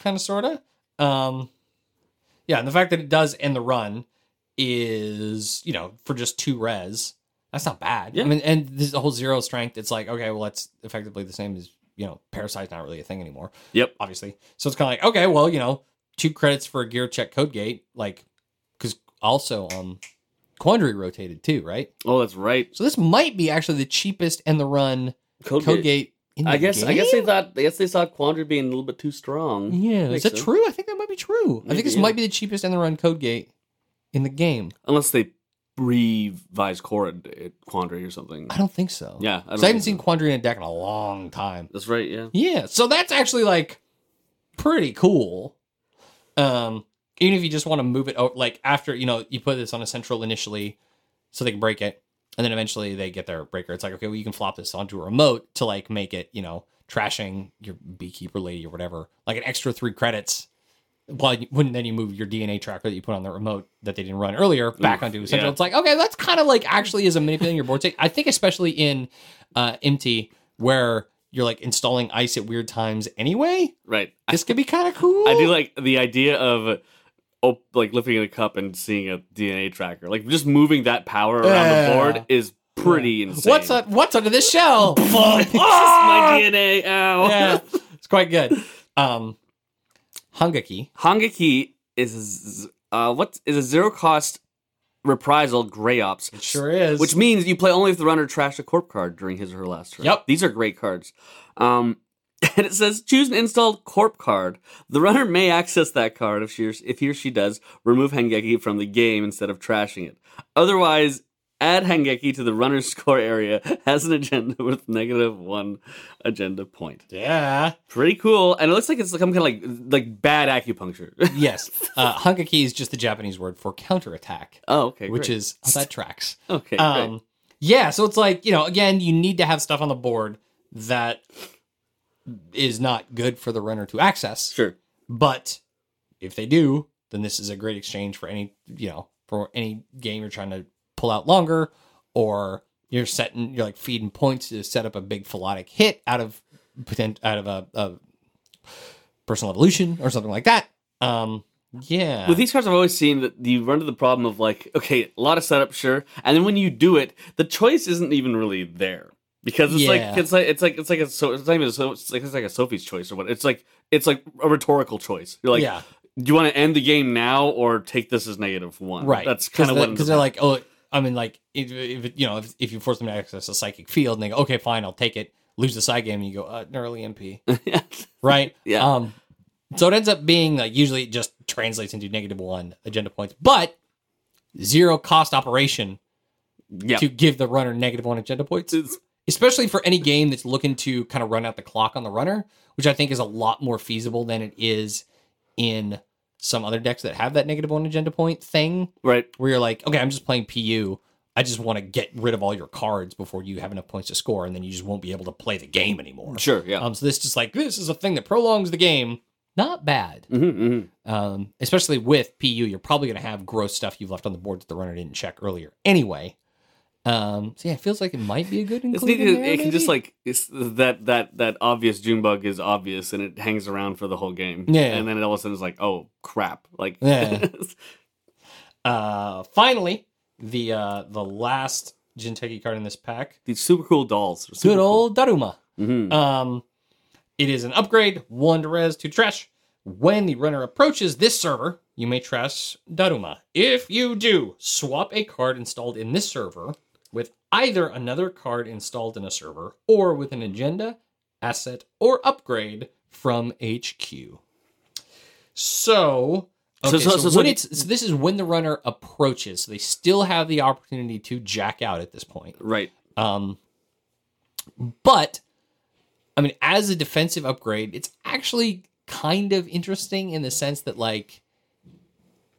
kind of sorta. Um, yeah, and the fact that it does end the run is you know for just two res, that's not bad. Yeah. I mean, and this the whole zero strength. It's like okay, well that's effectively the same as you know parasite's not really a thing anymore. Yep. obviously. So it's kind of like okay, well you know two credits for a gear check code gate like because also um quandary rotated too right oh, that's right. so this might be actually the cheapest and the run Code, code gate. gate in the I guess I guess game? they thought I guess they saw Quandary being a little bit too strong. Yeah, Think is that so. true? I think that might be true. I Maybe, think this yeah. might be the cheapest end the run code gate in the game. Unless they revise Corrid at Quandary or something. I don't think so. Yeah, I I, don't I haven't think seen so. Quandary in a deck in a long time. That's right, yeah. Yeah, so that's actually like pretty cool. Um, even if you just want to move it out, like after you know you put this on a central initially, so they can break it, and then eventually they get their breaker. It's like okay, well you can flop this onto a remote to like make it you know trashing your beekeeper lady or whatever, like an extra three credits. Well, when then you move your DNA tracker that you put on the remote that they didn't run earlier back Oof, onto a central. yeah. It's like okay, that's kind of like actually is a manipulating your board state. I think especially in uh, empty where you're like installing ice at weird times anyway. Right. I, This could be kind of cool. I do like the idea of oh, like lifting a cup and seeing a DNA tracker. Like just moving that power around Yeah. the board is pretty insane. What's up? What's under this shell? It's my DNA. Ow. yeah, it's quite good. Um, Hungaki. Hangaki is uh what is a zero cost reprisal gray ops. It sure is. Which means you play only if the runner trashed a corp card during his or her last turn. Yep. These are great cards. Um, and it says choose an installed corp card. The runner may access that card if she or, if he or she does remove Hengeki from the game instead of trashing it. Otherwise, add Hengeki to the runner's score area as an agenda with negative one agenda point. yeah. Pretty cool. And it looks like it's some kind of like like bad acupuncture. Yes. Uh, Hungaki is just the Japanese word for counterattack, oh, okay. which great. is oh, that tracks. okay. great. Um, yeah. So it's like you know, again, you need to have stuff on the board that is not good for the runner to access. sure. But if they do, then this is a great exchange for any, you know, for any game you're trying to pull out longer or you're setting you're like feeding points to set up a big philotic hit out of potent out of a, a personal evolution or something like that. Um yeah. With these cards, I've always seen that you run to the problem of like, okay, a lot of setup, sure, and then when you do it, the choice isn't even really there because it's Yeah. like it's like it's like it's like a so it's not even a so it's like it's like a Sophie's choice or what. It's like it's like a rhetorical choice. You're like, yeah, do you want to end the game now or take this as negative one? right. That's kind of what because they're like, oh, I mean, like if, if you know, if, if you force them to access a psychic field, and they go, okay, fine, I'll take it. Lose the side game, and you go, uh, early MP. right? Yeah. Um, so it ends up being like usually it just translates into negative one agenda points, but zero cost operation yeah. to give the runner negative one agenda points, It's- especially for any game that's looking to kind of run out the clock on the runner, which I think is a lot more feasible than it is in some other decks that have that negative one agenda point thing right. where you're like, okay, I'm just playing PU. I just want to get rid of all your cards before you have enough points to score, and then you just won't be able to play the game anymore. Sure. Yeah. Um, so this just like this is a thing that prolongs the game. Not bad, hmm hmm um, especially with PU. You're probably going to have gross stuff you've left on the board that the runner didn't check earlier. Anyway, um, so yeah, it feels like it might be a good It's inclusion. neat. It, there, it can just maybe? like it's that that that obvious June bug is obvious, and it hangs around for the whole game. Yeah. and then it all of a sudden is like, oh crap! Like, Yeah. Uh, finally, the uh, the last Jinteki card in this pack. These super cool dolls. They're super Good old Daruma. Cool. Mhm. Um, it is an upgrade, one to res, two trash. When the runner approaches this server, you may trash Daruma. If you do, swap a card installed in this server with either another card installed in a server or with an agenda, asset, or upgrade from HQ. So, So- okay, so, so- so- so- when it's, so this is when the runner approaches. So they still have the opportunity to jack out at this point. Right. Um, but I mean, as a defensive upgrade, it's actually kind of interesting in the sense that like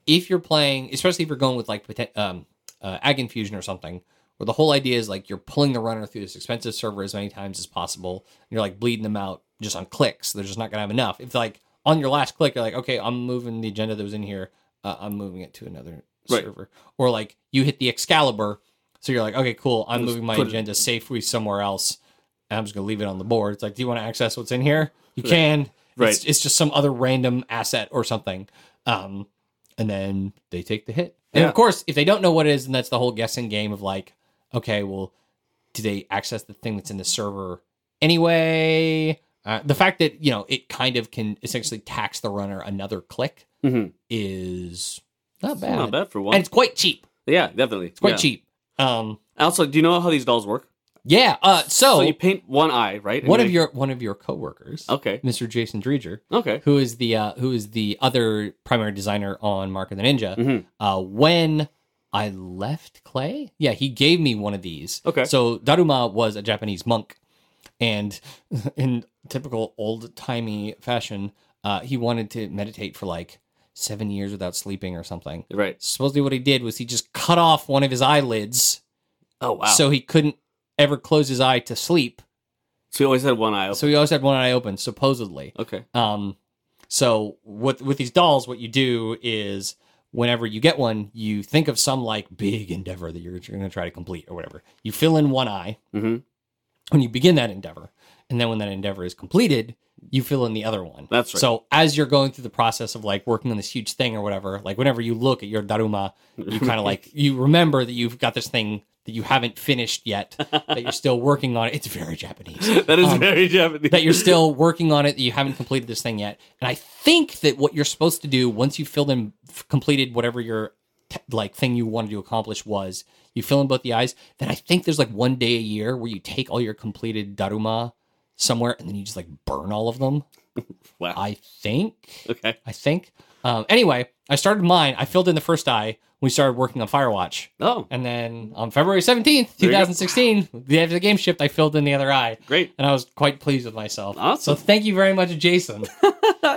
if you're playing, especially if you're going with like poten- um, uh, ag infusion or something, where the whole idea is like you're pulling the runner through this expensive server as many times as possible, and you're like bleeding them out just on clicks. They're just not gonna have enough. If like on your last click, you're like, okay, I'm moving the agenda that was in here. Uh, I'm moving it to another Right. server, or like you hit the Excalibur, so you're like, okay, cool. I'm Let's moving my put it- agenda safely somewhere else. And I'm just gonna leave it on the board. It's like, do you want to access what's in here? You can. It's, Right. it's just some other random asset or something. Um, and then they take the hit. And Yeah. of course, if they don't know what it is, then that's the whole guessing game of like, okay, well, do they access the thing that's in the server anyway? Uh, the fact that you know it kind of can essentially tax the runner another click Mhm. is not bad, Not bad for one. and it's quite cheap. yeah, definitely. It's quite yeah. cheap. Um, Also, do you know how these dolls work? yeah. Uh, so, So you paint one eye, right? And one you of your one of your coworkers, make- Okay. Mr. Jason Dreger, Okay. who is the uh, who is the other primary designer on Mark of the Ninja. Mhm. Uh, when I left Clay, yeah, he gave me one of these. Okay. So Daruma was a Japanese monk, and in typical old timey fashion, uh, he wanted to meditate for like seven years without sleeping or something. Right. Supposedly, what he did was he just cut off one of his eyelids Oh wow. So, so he couldn't ever close his eye to sleep. you always had one eye. open. So he always had one eye open, supposedly. okay. Um, so with with these dolls, what you do is whenever you get one, you think of some like big endeavor that you're, going to try to complete or whatever. You fill in one eye Mhm. when you begin that endeavor, and then when that endeavor is completed, you fill in the other one. That's right. So as you're going through the process of like working on this huge thing or whatever, like whenever you look at your daruma, you kind of like you remember that you've got this thing that you haven't finished yet, that you're still working on. It's very Japanese that is very Japanese. um, that you're still working on it that you haven't completed this thing yet and i think that what you're supposed to do once you filled in f- completed whatever your t- like thing you wanted to accomplish was you fill in both the eyes then i think there's like one day a year where you take all your completed daruma somewhere and then you just like burn all of them Wow. i think okay. i think um, anyway i started mine i filled in the first eye we started working on firewatch Oh, and then on february 17th There you go. 2016 the after the game shift i filled in the other eye great. and I was quite pleased with myself. Awesome. So thank you very much, Jason.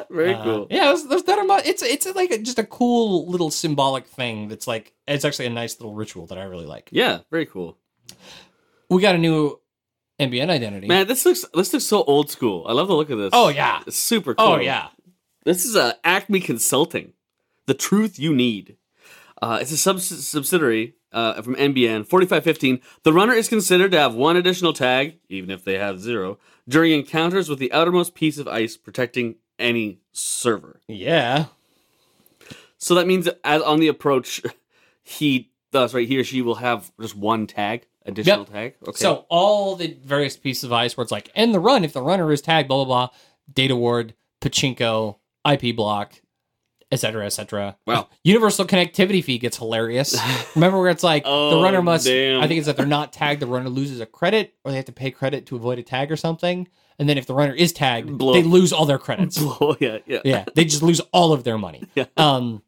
very Uh, cool. yeah, it was, there's that amount. It's it's like a, just a cool little symbolic thing. That's like it's actually a nice little ritual that I really like. Yeah, very cool. We got a new NBN identity. Man, this looks this looks so old school. I love the look of this. Oh yeah. It's super cool. Oh yeah. This is a Acme Consulting, the truth you need. Uh, it's a sub- subsidiary uh, from NBN 4515. The runner is considered to have one additional tag, even if they have zero, during encounters with the outermost piece of ice protecting any server. Yeah. So that means as on the approach, he that's right, he or she will have just one tag, additional tag. Okay. So all the various pieces of ice where it's like end the run if the runner is tagged, blah blah blah, data ward, pachinko, IP block, etc. etc. Wow. Universal connectivity fee gets hilarious. Remember where it's like Oh, the runner must damn. I think it's if they're not tagged, the runner loses a credit or they have to pay credit to avoid a tag or something. And then if the runner is tagged, Blow. they lose all their credits. oh yeah, yeah. yeah. They just lose all of their money. Yeah. Um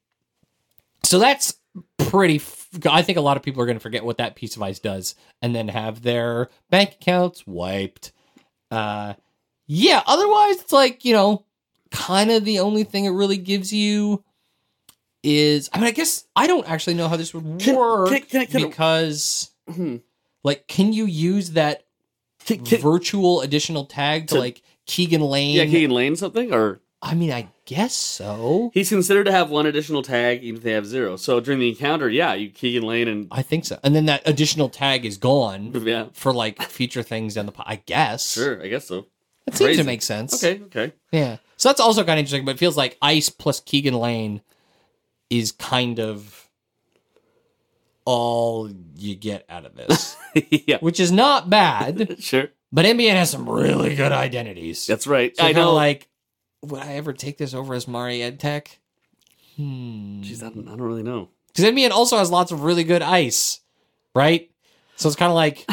so that's pretty f- I think a lot of people are going to forget what that piece of ice does and then have their bank accounts wiped. Uh yeah, otherwise it's like, you know, kind of the only thing it really gives you is I mean, I guess I don't actually know how this would Can- work can- can- can- because Hmm. like can you use that Can- can- virtual additional tag to, To- like Keegan Lane? yeah, Keegan Lane something or I mean, I guess so. He's considered to have one additional tag, even if they have zero. So during the encounter, yeah, you Keegan Lane and I think so. And then that additional tag is gone yeah, for like future things down the pi- I guess. sure, I guess so. That seems Crazy. to make sense. Okay, okay, Yeah. So that's also kind of interesting, but it feels like Ice plus Keegan Lane is kind of all you get out of this, yeah, which is not bad. sure. But NBN has some really good identities. That's right. So I kinda know. Like, Like, would I ever take this over as Mari EdTech? Hmm. Jeez, I don't, I don't really know. Because NBN also has lots of really good ice, right? So it's kind of like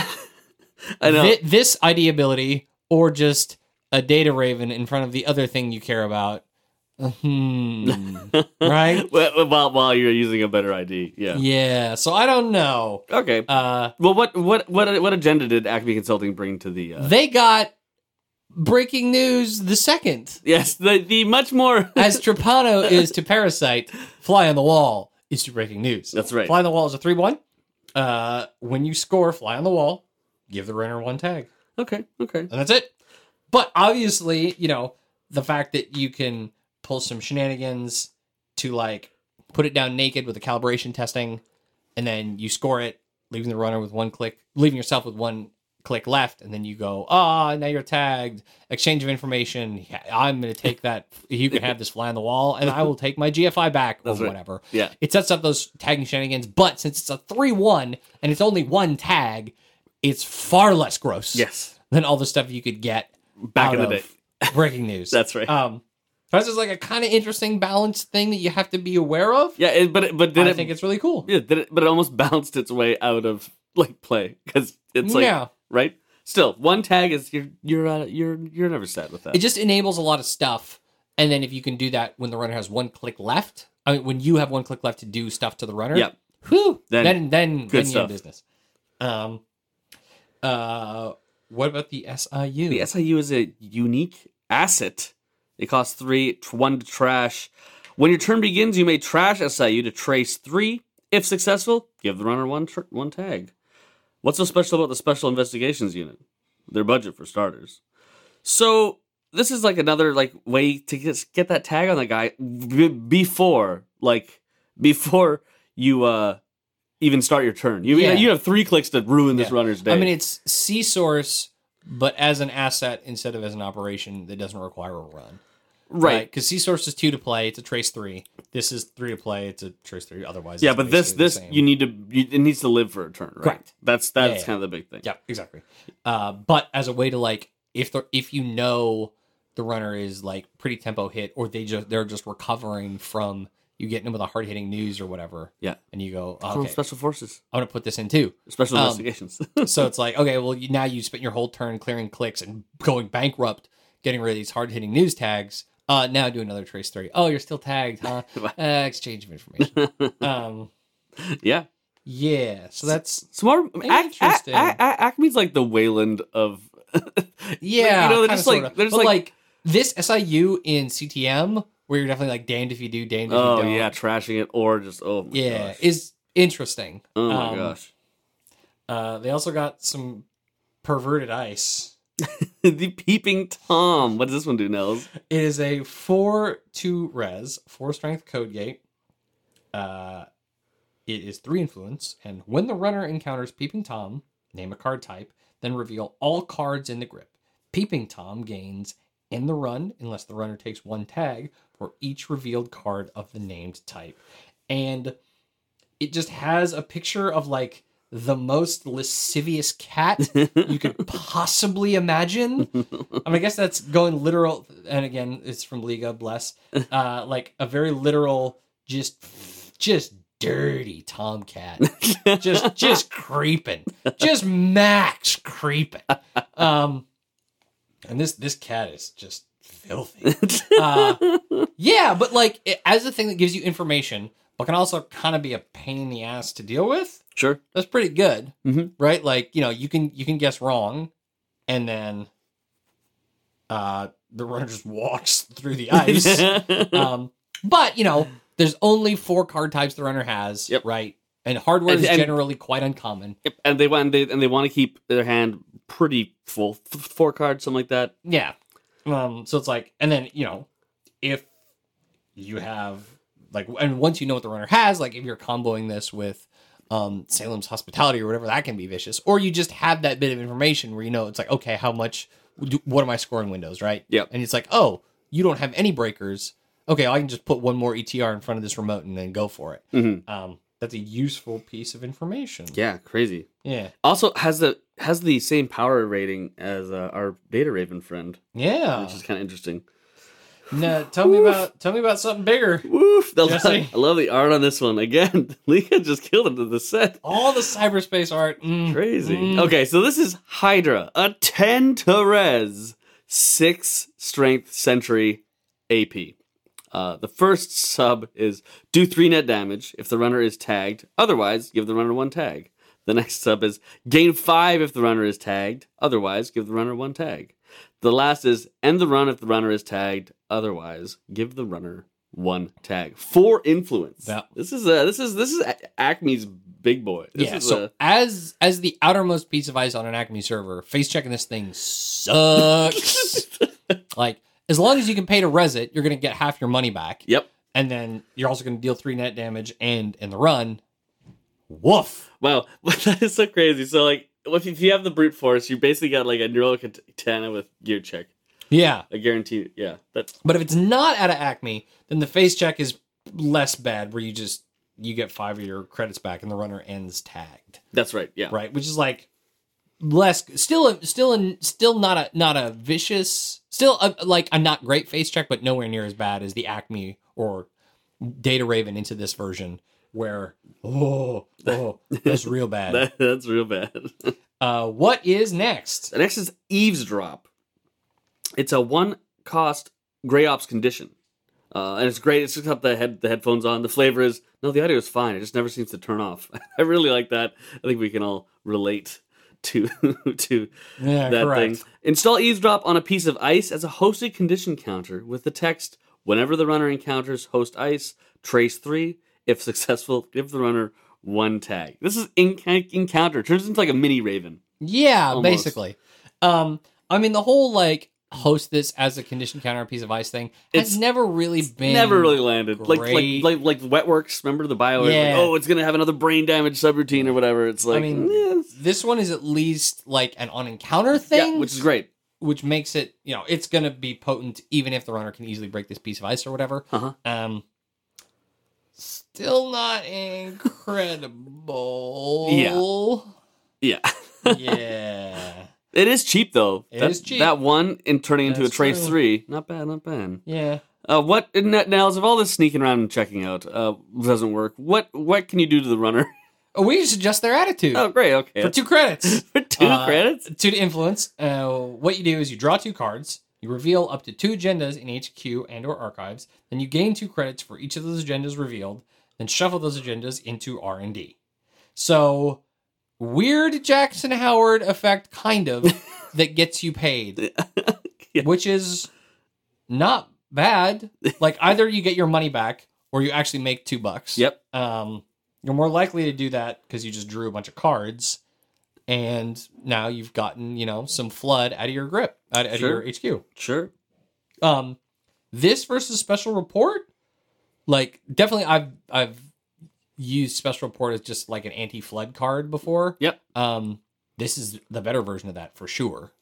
I know. thi- this ID ability or just a data raven in front of the other thing you care about. Uh, Hmm. right? Well, while, while you're using a better ID, yeah. Yeah. So I don't know. Okay. Uh, Well, what what what what agenda did Acme Consulting bring to the? Uh, they got breaking news the second. yes, the the much more. As Trapano is to Parasite, Fly on the Wall is to breaking news. That's right. Fly on the Wall is a 3 1. Uh, when you score Fly on the Wall, give the runner one tag. Okay. Okay. and that's it. But obviously, you know, the fact that you can pull some shenanigans to like put it down naked with the calibration testing, and then you score it, leaving the runner with one click, leaving yourself with one click left, and then you go, ah, now you're tagged. Exchange of information. Yeah, I'm going to take that. You can have this fly on the wall, and I will take my GFI back or That's right. whatever. Yeah. It sets up those tagging shenanigans, but since it's a 3 1 and it's only one tag, it's far less gross Yes. than all the stuff you could get Back out in the day. of breaking news. That's right. um, so this is like a kind of interesting balanced thing that you have to be aware of. yeah, it, but it, but did I it, think it's really cool. yeah, did it? But it almost bounced its way out of like play because it's like yeah, right. Still, one tag is you're you're uh, you're you're never sad with that. it just enables a lot of stuff. And then if you can do that when the runner has one click left, I mean, when you have one click left to do stuff to the runner, Yep. whew, Then- then then then, good you're stuff. in business. Um, uh, what about the SIU? The SIU is a unique asset. It costs three, t- one to trash. When your turn begins, you may trash SIU to trace three. If successful, give the runner one tr- one tag. What's so special about the Special Investigations Unit? Their budget, for starters. So this is like another like way to just get that tag on the guy b- before like before you uh even start your turn. You Yeah. you have three clicks to ruin this Yeah. runner's day. I mean, it's C source, but as an asset instead of as an operation that doesn't require a run. right. because C source is two to play. It's a trace three. This is three to play. It's a trace three. Otherwise, Yeah, it's but this basically the this same. you need to you, it needs to live for a turn, right? Correct. That's that's yeah. kind of the big thing. yeah exactly. Uh, but as a way to like if the if you know the runner is like pretty tempo hit or they just they're just recovering from you getting them with a hard hitting news or whatever. Yeah. and you go "Oh, Call 'em okay, special forces, I'm gonna put this in too. special Um, investigations. so it's like okay, well you, now you spent your whole turn clearing clicks and going bankrupt, getting rid of these hard hitting news tags. Uh, now do another trace three. Oh, you're still tagged, huh? Uh, exchange of information. Um. yeah, Yeah, so that's it's more Ac- Ac- Interesting. Ac- Acme's like the Wayland of yeah. you know, kinda, they're just like- sorta. they're just But, like- this SIU in CTM, where you're definitely like damned if you do, damned if oh you don't. yeah, trashing it or just oh my yeah, gosh. is interesting. oh my um, gosh, Uh, they also got some perverted ice. the peeping tom. What does this one do, Nels? It is a four two res four strength code gate. Uh, it is three influence, and when the runner encounters Peeping Tom, name a card type, then reveal all cards in the grip. Peeping Tom gains in the run unless the runner takes one tag for each revealed card of the named type, and it just has a picture of like the most lascivious cat you could possibly imagine. I mean, I guess that's going literal, and again, it's from Liga, bless. Uh, like a very literal, just, just dirty tomcat, just, just creeping, just max creeping. Um, and this this cat is just filthy. Uh, yeah, but like it, as a thing that gives you information, but can also kind of be a pain in the ass to deal with Sure. that's pretty good Mhm. right like you know you can you can guess wrong and then uh the runner just walks through the ice um but you know there's only four card types the runner has Yep. right and hardware And- is and- generally quite uncommon Yep, and they want they and they want to keep their hand pretty full, F- four cards, something like that. yeah um so it's like and then you know if you have like and once you know what the runner has like if you're comboing this with um salem's hospitality or whatever that can be vicious or you just have that bit of information where you know it's like okay how much do, what am i scoring windows right Yep. and it's like oh you don't E have any breakers okay i can just put one more etr in front of this remote and then go for it Mhm. um That's a useful piece of information. Yeah, crazy. Yeah. Also has the has the same power rating as uh, our Data Raven friend, Yeah. which is kind of interesting. Now tell me about tell me about something bigger. Woof! I love, Jesse? I love the art on this one again. Lika just killed it to the set. All the cyberspace art. Mm. Crazy. Mm. Okay, so this is Hydra, a 10 Torres, 6 strength century AP. Uh, the first sub is do 3 net damage if the runner is tagged. Otherwise, give the runner 1 tag. The next sub is gain 5 if the runner is tagged. Otherwise, give the runner 1 tag. The last is end the run if the runner is tagged. Otherwise, give the runner one tag. Four influence. Yeah. This is uh this is this is A- Acme's big boy. This yeah. is, So uh, as as the outermost piece of ice on an Acme server, face checking this thing sucks. like as long as you can pay to res it, you're gonna get half your money back, Yep. and then you're also gonna deal three net damage and in the run. Woof. Wow. that is so crazy. So like, if if you have the brute force, you basically got like a neural katana with gear check. Yeah. I guarantee. Yeah. That's But if it's not out of Acme, then the face check is less bad, where you just you get five of your credits back, and the runner ends tagged, that's right. Yeah. right? Which is like less, still, a, still, a, still not a not a vicious, still a, like a not great face check, but nowhere near as bad as the Acme or Data Raven into this version, where oh, oh that's real bad. That, that's real bad. the Uh, what is next? next is eavesdrop. It's a one cost gray ops condition. Uh, and it's great. It's just got the head the headphones on. The flavor is no, the audio is fine. It just never seems to turn off. I really like that. I think we can all relate to to Yeah, that correct. thing. Install eavesdrop on a piece of ice as a hosted condition counter with the text whenever the runner encounters host ice, trace three. If successful, give the runner one tag. This is in- encounter. Turns into like a mini raven. Yeah, Almost. basically. Um, I mean, the whole like host this as a condition counter on a piece of ice thing has It's- never really been Never really landed. Like great. like like like Wetworks. Remember the bio? like, Yeah. oh, it's gonna have another brain damage subroutine or whatever. It's like mean, eh, This one is at least like an on encounter thing, yeah, which is great. which makes it you know it's gonna be potent even if the runner can easily break this piece of ice or whatever. Uh-huh. Um, still not incredible. Yeah. yeah. It is cheap though. It that, is cheap. That one in turning into a That's trace true. three. Not bad. Not bad. Yeah. Uh, what now? Of all this sneaking around and checking out uh, doesn't work. What what can you do to the runner? Oh, we should adjust their attitude Oh, great. Okay, for two credits. For two Uh, credits. two to influence. Uh, what you do is you draw two cards. You reveal up to two agendas in HQ and or archives. Then you gain two credits for each of those agendas revealed. Then shuffle those agendas into R and D. So weird Jackson Howard effect, kind of, that gets you paid, Yeah. which is not bad. Like either you get your money back or you actually make two bucks. Yep. Um, you're more likely to do that because you just drew a bunch of cards, and now you've gotten you know some flood out of your grip, out, out Sure. of your Sure. HQ. Um, this versus special report, like definitely, I've I've used special report as just like an anti flood card before. Yep. Um, this is the better version of that for sure.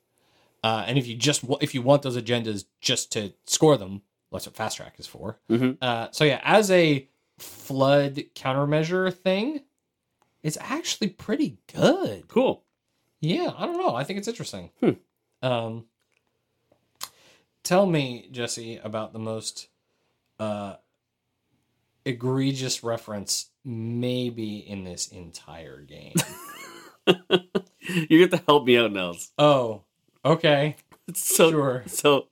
Uh, and if you just wa- if you want those agendas just to score them, that's what fast track is for. Mhm. Uh, so yeah, as a flood countermeasure thing, it's actually pretty good. Cool. Yeah, I don't know. I think it's interesting. Hmm. Um, tell me, Jesse, about the most uh, egregious reference maybe in this entire game. You get to help me out, Nels. oh, okay, So sure. so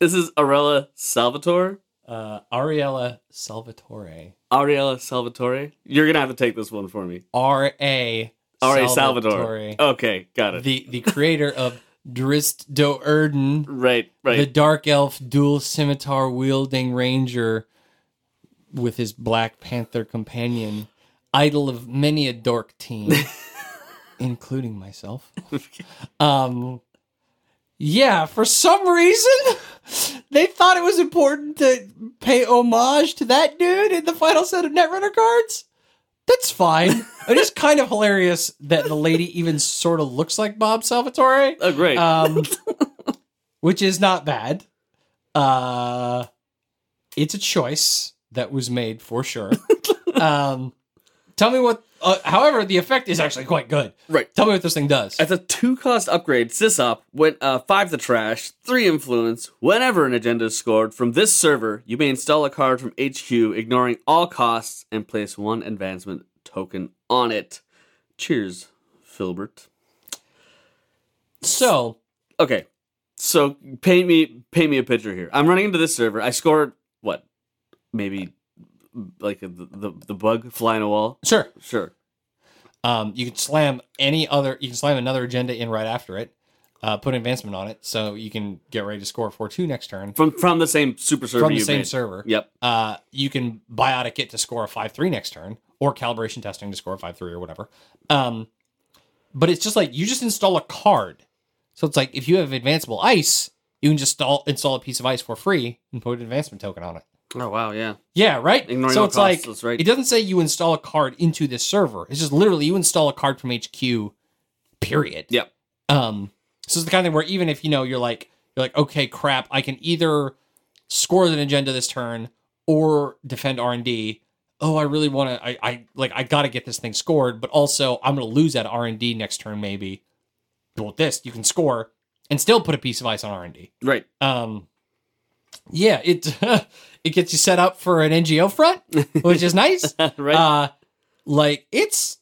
this is Arella Salvatore. Uh, Ariella Salvatore. Ariella Salvatore. You're gonna have to take this one for me. R A. R.A. Salvatore. Okay, got it. The the creator of Drist Do Erden, right, right. the dark elf dual scimitar wielding ranger with his Black Panther companion, idol of many a dork team, including myself. Um yeah, for some reason they thought it was important to pay homage to that dude in the final set of Netrunner cards. That's fine. it is kind of hilarious that the lady even sort of looks like Bob Salvatore oh, great. um, which is not bad. Uh, it's a choice that was made for sure. Um, Tell me what. Uh, however, the effect is actually quite good. Right. Tell me what this thing does. As a two cost upgrade, Sysop went uh, five to trash, three influence. Whenever an agenda is scored from this server, you may install a card from HQ, ignoring all costs, and place one advancement token on it. Cheers, Filbert. So Okay, so paint me paint me a picture here. I'm running into this server. I scored what? Maybe like the the, the bug flying a wall. sure, Sure. um, you can slam any other. You can slam another agenda in right after it. Uh, put advancement on it, so you can get ready to score four two next turn From from the same super server. from the you same made. server. Yep. Uh, you can biotic it to score a five three next turn, or calibration testing to score a five three or whatever. Um, but it's just like you just install a card. So it's like if you have advanceable ice, you can just install install a piece of ice for free and put an advancement token on it. Oh wow, yeah. Yeah, right. Ignoring so all it's costs, like that's right. it doesn't say you install a card into this server. It's just literally you install a card from HQ. Period. Yep. Um. So it's the kind of thing where even if you know you're like you're like okay crap I can either score an agenda this turn or defend R and D. Oh, I really want to. I, I like I got to get this thing scored, but also I'm gonna lose that R and D next turn maybe. But with this, you can score and still put a piece of ice on R and D. Right. Um, yeah, it it gets you set up for an NGO front, which is nice. right. Uh, like it's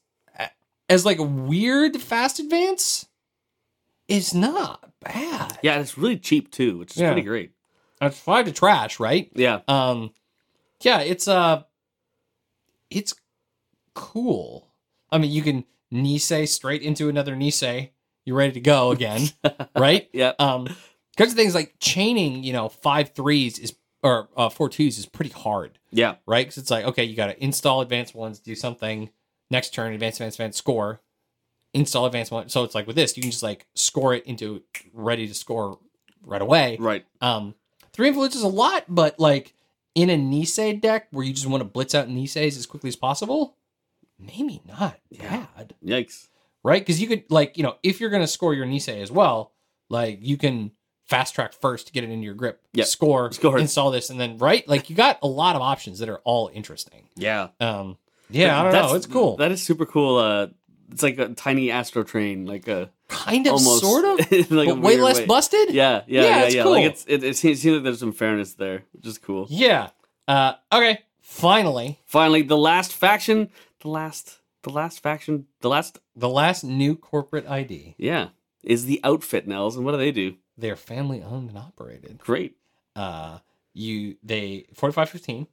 as like a weird fast advance. It's not bad. Yeah, and it's really cheap too, which is Yeah. pretty great. That's five to trash, right? Yeah. Um, yeah, it's uh, it's cool. I mean, you can Nisei straight into another Nisei. You're ready to go again, right? Yeah. Um, because the things like chaining, you know, five threes is or uh, four twos is pretty hard, Yeah. right? Because it's like okay, you got to install advanced ones, do something next turn, advance, advance, advance, score, install advanced one. So it's like with this, you can just like score it into ready to score right away. Right. Um, three influence is a lot, but like in a Nisei deck where you just want to blitz out Niseis as quickly as possible, maybe not Yeah. bad Yikes. right? Because you could like you know if you're gonna score your Nisei as well, like you can fast track first to get it into your grip, Yep. score, Score it. install this, and then right, like you got a lot of options that are all interesting. Yeah. Um, yeah, I don't know, it's cool, That is super cool. Uh, it's like a tiny astro train, like a kind of, almost sort of, like a but way weird less busted. Yeah. Yeah, Yeah. Yeah. Yeah. it's Like cool. it's it, it seems, seems like there's some fairness there, which is cool. yeah. Uh, okay, finally, Finally, the last faction. The last. The last faction. The last. the last new corporate ID. Yeah. Is the outfit Nels, and what do they do? They're family owned and operated. Great. uh, you they forty five fifteen.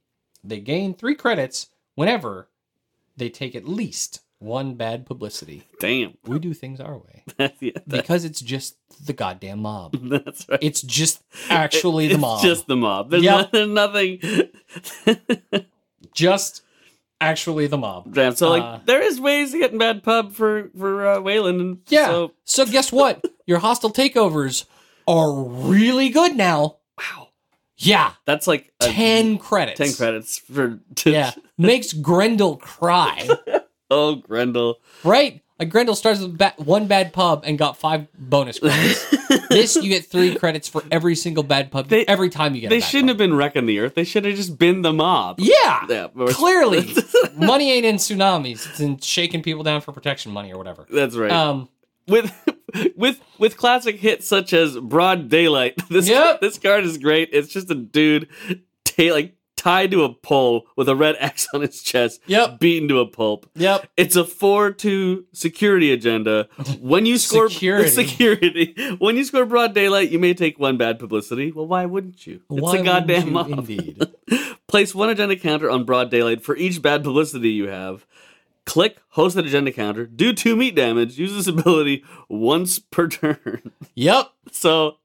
They gain three credits whenever they take at least one bad publicity. Damn. We do things our way That's, yeah, that- because it's just the goddamn mob. that's right. It's just actually the it's mob. just the mob. There's, Yeah. no- there's nothing. Just actually the mob. Damn, so like Uh, there is ways to get in bad pub for for uh, Waylon. And Yeah. So, So guess what? Your hostile takeovers are really good now. wow. Yeah, That's like a- ten credits. ten credits for Yeah, makes Grendel cry. oh Grendel. Right? Like Grendel starts with ba- one bad pub and got five bonus credits. this you get three credits for every single bad pub They- every time you get. They a bad shouldn't pub. have been wrecking the earth. They should have just been the mob. Yeah, Yeah, but we're- clearly, money ain't in tsunamis. It's in shaking people down for protection money or whatever. That's right. Um, with with with classic hits such as Broad Daylight. This Yep. this card is great. It's just a dude ta- like tied to a pole with a red X on his chest, Yep. beaten to a pulp. yep. It's a four-two security agenda. When you score Security. security, when you score broad daylight, you may take one bad publicity. Well, why wouldn't you? It's Why a wouldn't goddamn you mob. Indeed. Place one agenda counter on broad daylight for each bad publicity you have. Click host an agenda counter. Do two meat damage. Use this ability once per turn. Yep. so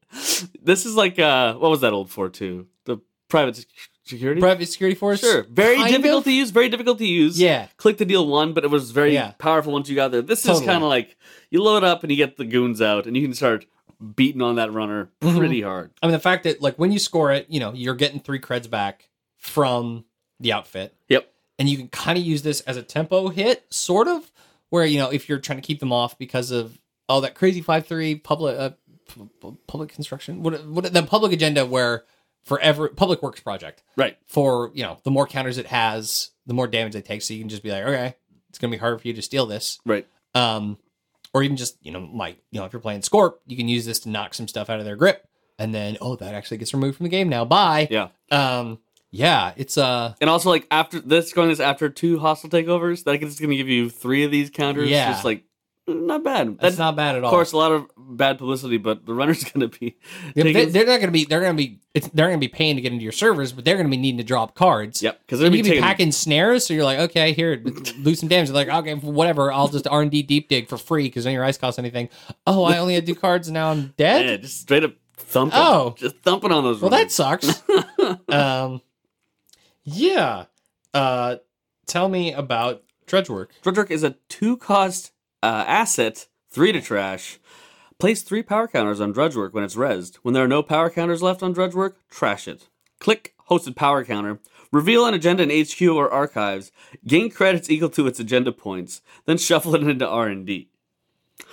this is like uh, what was that old four-two? The private sec- security. Private security force. Sure. Very Kind difficult of. to use. Very difficult to use. Yeah. Click to deal one, but it was very Yeah. powerful once you got there. This Totally. is kind of like you load up and you get the goons out, and you can start beating on that runner Mm-hmm. pretty hard. I mean, the fact that like when you score it, you know you're getting three creds back from the outfit. Yep. and you can kind of use this as a tempo hit, sort of, where you know if you're trying to keep them off because of oh that crazy five three public uh, pu- pu- public construction, what what the public agenda where forever public works project Right. for you know the more counters it has, the more damage they take. So you can just be like, okay, it's going to be hard for you to steal this. Right. Um, or even just you know like you know if you're playing Scorp, you can use this to knock some stuff out of their grip, and then oh that actually gets removed from the game now. Bye. Yeah. Um, yeah, it's uh And also, like after this, going this after two hostile takeovers, that is going to give you three of these counters. Yeah. just like not bad. that's That's, not bad at all. of course a lot of bad publicity, but the runner's going to be Yeah, but they, taking- they're not going to be. They're going to be. It's, they're going to be paying to get into your servers, but they're going to be needing to drop cards. yep because They're they're going going to be taking packing snares, so you're like, okay, here, lose some damage. They're like, okay, whatever, I'll just R and D deep dig for free because none of your ice costs anything. Oh, I only had two cards, and now I'm dead. yeah, just straight up thumping. Oh. just thumping on those. Well, that runners. sucks. um, yeah. Uh, tell me about Drudgework. Drudrick is a two cost uh, asset, three to trash. Place three power counters on Drudgework when it's rezzed. When there are no power counters left on Drudgework, trash it. Click Hosted Power Counter. Reveal an agenda in HQ or Archives. Gain credits equal to its agenda points. Then shuffle it into R and D.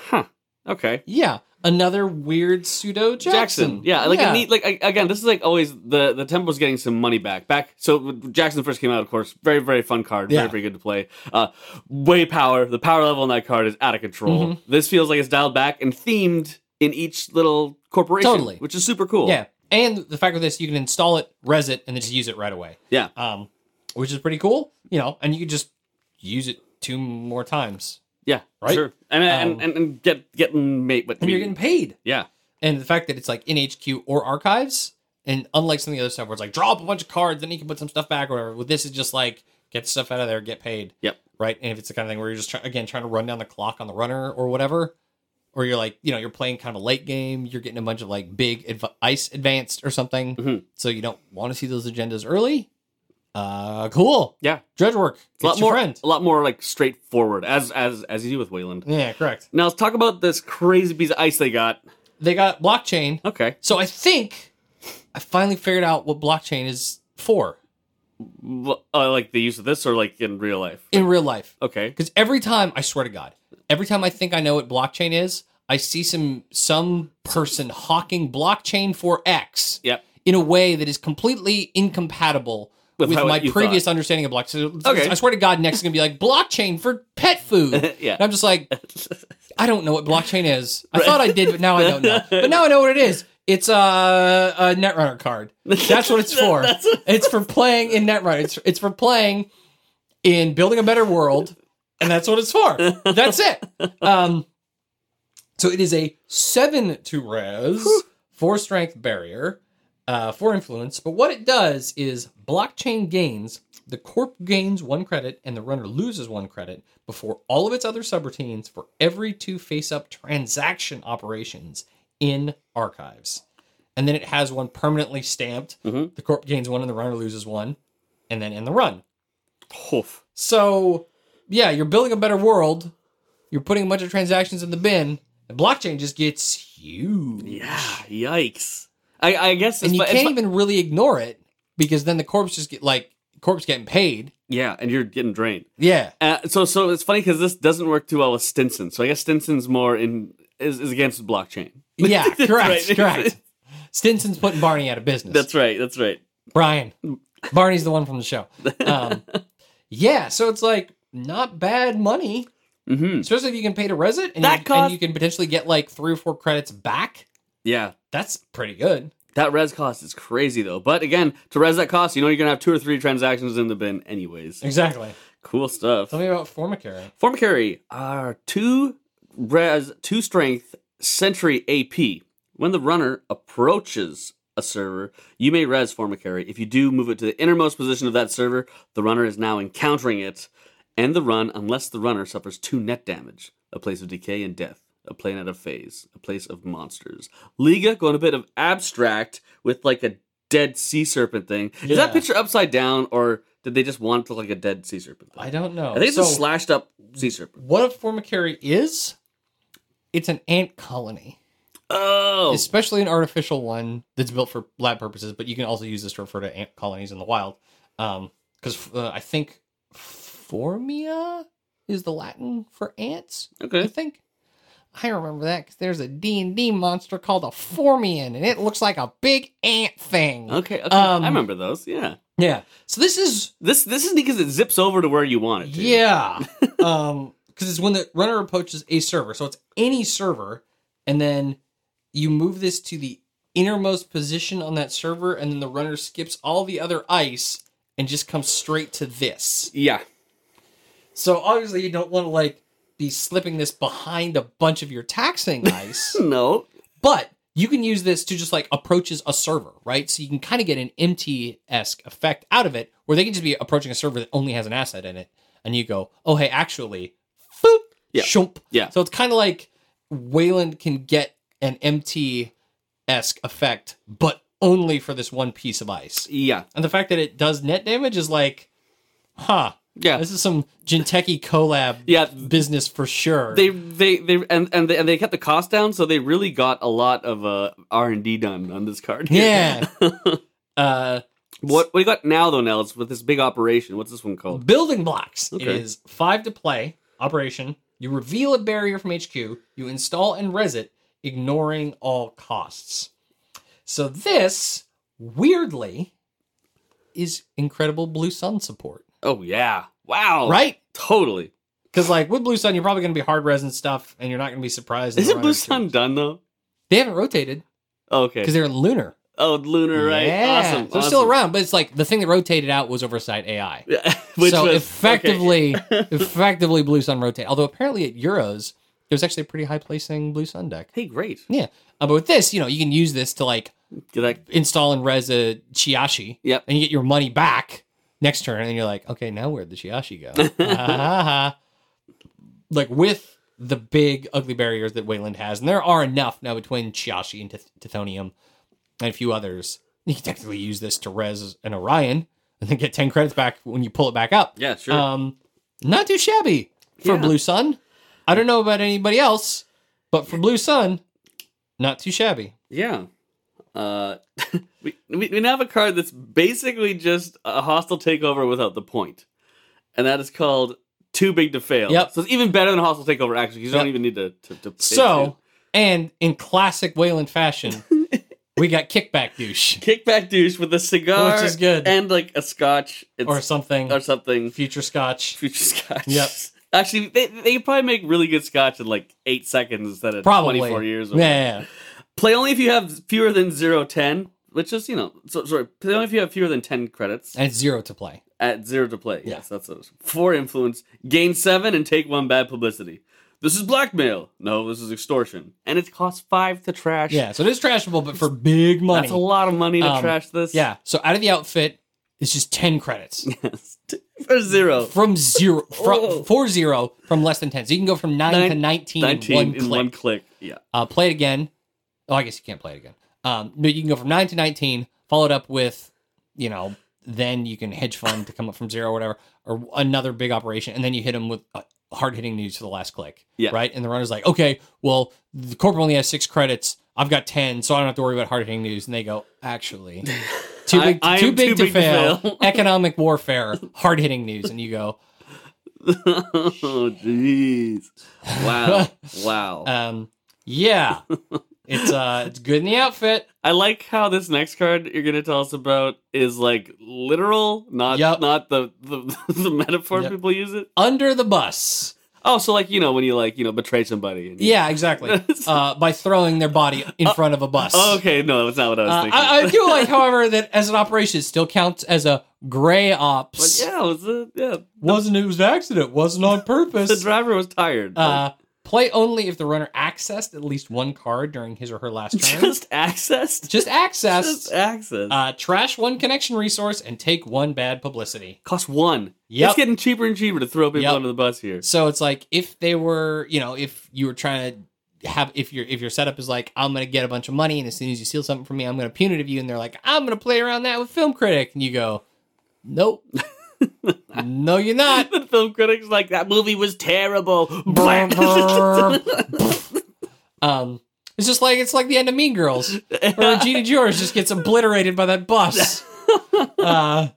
Huh. Okay. Yeah, another weird pseudo Jackson. Jackson. Yeah, like a neat like a- again, this is like always the the Temple's getting some money back. Back so when Jackson first came out, of course, very very fun card, Yeah. very very good to play. Uh way power, the power level on that card is out of control. Mm-hmm. This feels like it's dialed back and themed in each little corporation, Totally. which is super cool. Yeah, and the fact of this, you can install it, res it, and then just use it right away. Yeah. um, which is pretty cool. You know, and you could just use it two more times, Yeah, Right? Sure. And Um, and, and and get getting mate what and you're getting paid. Yeah. And the fact that it's like in HQ or archives, and unlike some of the other stuff where it's like draw up a bunch of cards, then you can put some stuff back or whatever. With this, is just like get stuff out of there, get paid. Yep. Right. And if it's the kind of thing where you're just try- again trying to run down the clock on the runner or whatever, or you're like you know you're playing kind of late game, you're getting a bunch of like big adv- ice advanced or something, Mhm. so you don't want to see those agendas early. Uh, cool. Yeah. Dredge work. A lot It's your more friend. a lot more like straightforward as as as you do with Wayland. Yeah, correct. Now let's talk about this crazy piece of ice they got. They got blockchain. Okay. So I think I finally figured out what blockchain is for Well, Uh, like the use of this or like in real life. in real life. Okay. Because every time, I swear to God, every time I think I know what blockchain is, I see some some person hawking blockchain for X Yep. in a way that is completely incompatible With with, how my you previous understanding of blockchain. So Okay. I swear to God, next is gonna be like blockchain for pet food. Yeah. And I'm just like, I don't know what blockchain is. I thought I did, but now I don't know. But now I know what it is. It's a, a Netrunner card. That's what it's for. it's for playing in Netrunner. It's it's for playing in building a better world, and that's what it's for. That's it. Um, so it is a seven to res, four strength barrier, uh, four influence. But what it does is blockchain gains the corp gains one credit and the runner loses one credit before all of its other subroutines for every two face up transaction operations in archives. And then it has one permanently stamped. Mhm. The corp gains one and the runner loses one, and then in the run. Oof. So, yeah, you're building a better world. You're putting a bunch of transactions in the bin. And blockchain just gets huge. Yeah. Yikes. I, I guess. And you it's fi- it's can't fi- even really ignore it because then the corpse just get like corpse getting paid. yeah, and you're getting drained. Yeah. Uh, so so it's funny because this doesn't work too well with Stinson. So I guess Stinson's more in is, is against blockchain. Yeah, correct. right. Correct. Stinson's putting Barney out of business. That's right. That's right. Brian. Barney's the one from the show. Um, yeah, so it's like not bad money, Mm-hmm. especially if you can pay to resit and, That you, cost- and you can potentially get like three or four credits back. Yeah. That's pretty good. That res cost is crazy though. But again, to res that cost, you know you're gonna have two or three transactions in the bin anyways. Exactly. Cool stuff. Tell me about Formicary. Formicary are two res, two strength, sentry AP. When the runner approaches a server, you may res Formicary. If you do, move it to the innermost position of that server. The runner is now encountering it. End the run unless the runner suffers two net damage a place of decay and death, a planet of phase, a place of monsters. Liga going a bit of abstract with like a dead sea serpent thing. Is that Yeah. picture upside down or did they just want it to look like a dead sea serpent? thing? I don't know. I think it's a So, slashed up sea serpent. what a Formicary is, it's an ant colony, Oh, especially an artificial one that's built for lab purposes, but you can also use this to refer to ant colonies in the wild. Because uh, I think Formia is the Latin for ants, I okay. think. I remember that because there's a D&D monster called a Formian, and it looks like a big ant thing. Okay, okay. Um, I remember those. Yeah. Yeah. So this is This this is neat because it zips over to where you want it to. Yeah. um because it's when the runner approaches a server. So it's any server and then you move this to the innermost position on that server and then the runner skips all the other ice and just comes straight to this. Yeah. So obviously you don't want to like be slipping this behind a bunch of your taxing ice, No. but you can use this to just like approaches a server, right? So you can kind of get an empty-esque effect out of it where they can just be approaching a server that only has an asset in it and you go, "Oh, hey, actually, foop, Yeah. shump." Yeah. So it's kind of like Wayland can get an empty-esque effect, but only for this one piece of ice. Yeah. And the fact that it does net damage is like, huh, Yeah. this is some Jinteki collab Yeah. business for sure. They they they and and they, and they kept the cost down, so they really got a lot of uh R and D done on this card. yeah. uh, What we got now though, Nell, is with this big operation. What's this one called? building blocks. It Okay. is five to play operation. You reveal a barrier from HQ. You install and res it, ignoring all costs. So this weirdly is incredible Blue Sun support, Oh yeah. Wow. Mm-hmm. right? Totally. Because like with Blue Sun, you're probably going to be hard res and stuff, and you're not going to be surprised. in the Isn't Blue runner Sun too. done though? They haven't rotated Okay. because they're lunar. Oh, Lunar, right? Yeah. Awesome. So it's awesome. still around, but it's like the thing that rotated out was oversight AI. Yeah, Which so was, okay. effectively, effectively, Blue Sun rotate. Although apparently at Euros, there's actually a pretty high placing Blue Sun deck. Hey, great. Yeah, Uh, but with this, you know, you can use this to like Get that. install and res a Chiashi. Yep. and you get your money back next turn, and you're like, okay, now where'd the Chiashi go? Ha, ha, ha, ha. like with the big ugly barriers that Wayland has, and there are enough now between Chiashi and Tith- Tithonium and a few others. You can technically use this to res an Orion and then get ten credits back when you pull it back up. Yeah, sure. Um, not too shabby for Yeah. Blue Sun. I don't know about anybody else, but for Blue Sun, not too shabby. yeah. Uh, we, we we now have a card that's basically just a hostile takeover without the point, and that is called too big to fail. Yep. So it's even better than hostile takeover. Actually, 'cause you don't Yep. even need to. to, to pay So, and in classic Wayland fashion, we got kickback douche to- kickback douche with a cigar, Which is good. and like a scotch it's, or or something, something. future scotch. Future scotch. Yep. Actually, they they could probably make really good scotch in like eight seconds instead of Probably. twenty four years. Yeah, yeah, yeah. Play only if you have fewer than zero ten, which is you know, so, sorry. Play only if you have fewer than ten credits and it's zero to play. at zero to play. Yeah. Yes, that's what it is. Four influence, gain seven, and take one bad publicity. This is blackmail. No, this is extortion, and it costs five to trash. Yeah, so it is trashable, but for big money. that's a lot of money to Um, trash this. yeah, so out of the outfit, it's just ten credits Yes. for zero. from zero, Oh. from four zero from less than ten. So you can go from nine, to Nine- 19, in Nineteen one in click. one click. Yeah, Uh, play it again. Oh, I guess you can't play it again. Um, but you can go from nine to nineteen, followed up with, you know, then you can hedge fund to come up from zero, or whatever, or another big operation, and then you hit them with uh, hard hitting news to the last click. Yeah. Right. And the runner's like, okay, well, the corporate only has six credits. I've got ten, so I don't have to worry about hard hitting news. And they go, actually, too I- big, I am too big, to, fail. fail. Economic warfare, hard hitting news, and you go, oh jeez, wow, wow. um, yeah, it's uh, it's good in the outfit. I like how this next card you're gonna tell us about is like literal, not Yup. not the the, the metaphor Yep. people use it. Under the bus. Oh, so like you know when you like you know betray somebody. And Yeah, exactly. uh, by throwing their body in front of a bus. Oh, okay, no, that's not what I was Uh, thinking. I, I do like, however, that as an operation, it still counts as a gray but ops. yeah, it was a, yeah. Wasn't it was an accident? Wasn't on The purpose. driver was tired. uh, play only if the runner accessed at least one card during his or her last turn. just accessed. Just access. Just access. Uh, trash one connection resource and take one bad publicity. Cost one. Yep. It's getting cheaper and cheaper to throw people Yep. under the bus here. So it's like if they were, you know, if you were trying to have, if your if your setup is like, I'm gonna get a bunch of money, and as soon as you steal something from me, I'm gonna punitive you, and they're like, I'm gonna play around that with film critic, and you go, nope, no, you're not. the film critics like that movie was terrible. um, it's just like it's like the end of Mean Girls, where Regina George just gets obliterated by that bus. Uh,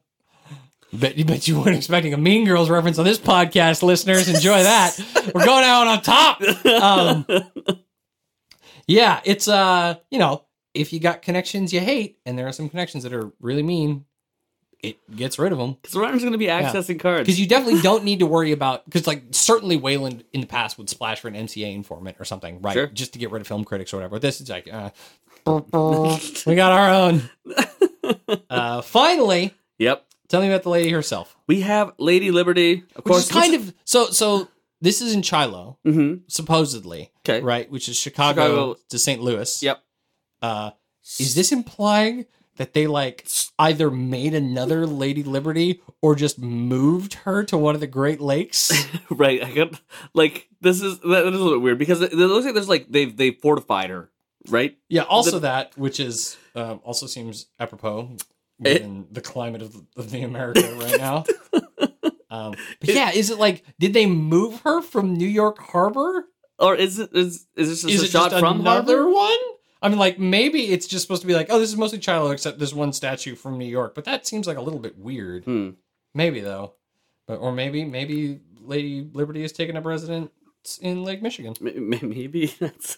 bet you bet you weren't expecting a Mean Girls reference on this podcast, listeners. Enjoy that. We're going out on top. Um, yeah, it's uh, you know, if you got connections you hate, and there are some connections that are really mean, it gets rid of them. Because the runner's going to be accessing cards. Because you definitely don't need to worry about because like certainly Wayland in the past would splash for an MCA informant or something, right? Sure. Just to get rid of film critics or whatever. But this is like uh, we got our own. uh, finally, Yep. tell me about the lady herself. We have Lady Liberty, of Which course. is kind of so so this is in Shiloh, Mhm. supposedly. Okay. Right, which is Chicago, Chicago. to St. Louis. Yep. Uh is this implying that they like either made another Lady Liberty or just moved her to one of the Great Lakes? right. I got like this is that is a little weird because it, it looks like there's like they've they fortified her, right? Yeah, also that, which is uh, also seems apropos Eh? given the climate of, of the America right now. Um, but It- yeah, is it like did they move her from New York Harbor? Or is it is is this just is a it shot just from another Harvard? one? I mean, like maybe it's just supposed to be like, oh, this is mostly Shiloh, except there's one statue from New York. But that seems like a little bit weird. Hmm. Maybe though, but or maybe maybe Lady Liberty is taking up residence in Lake Michigan. M- m- Maybe that's.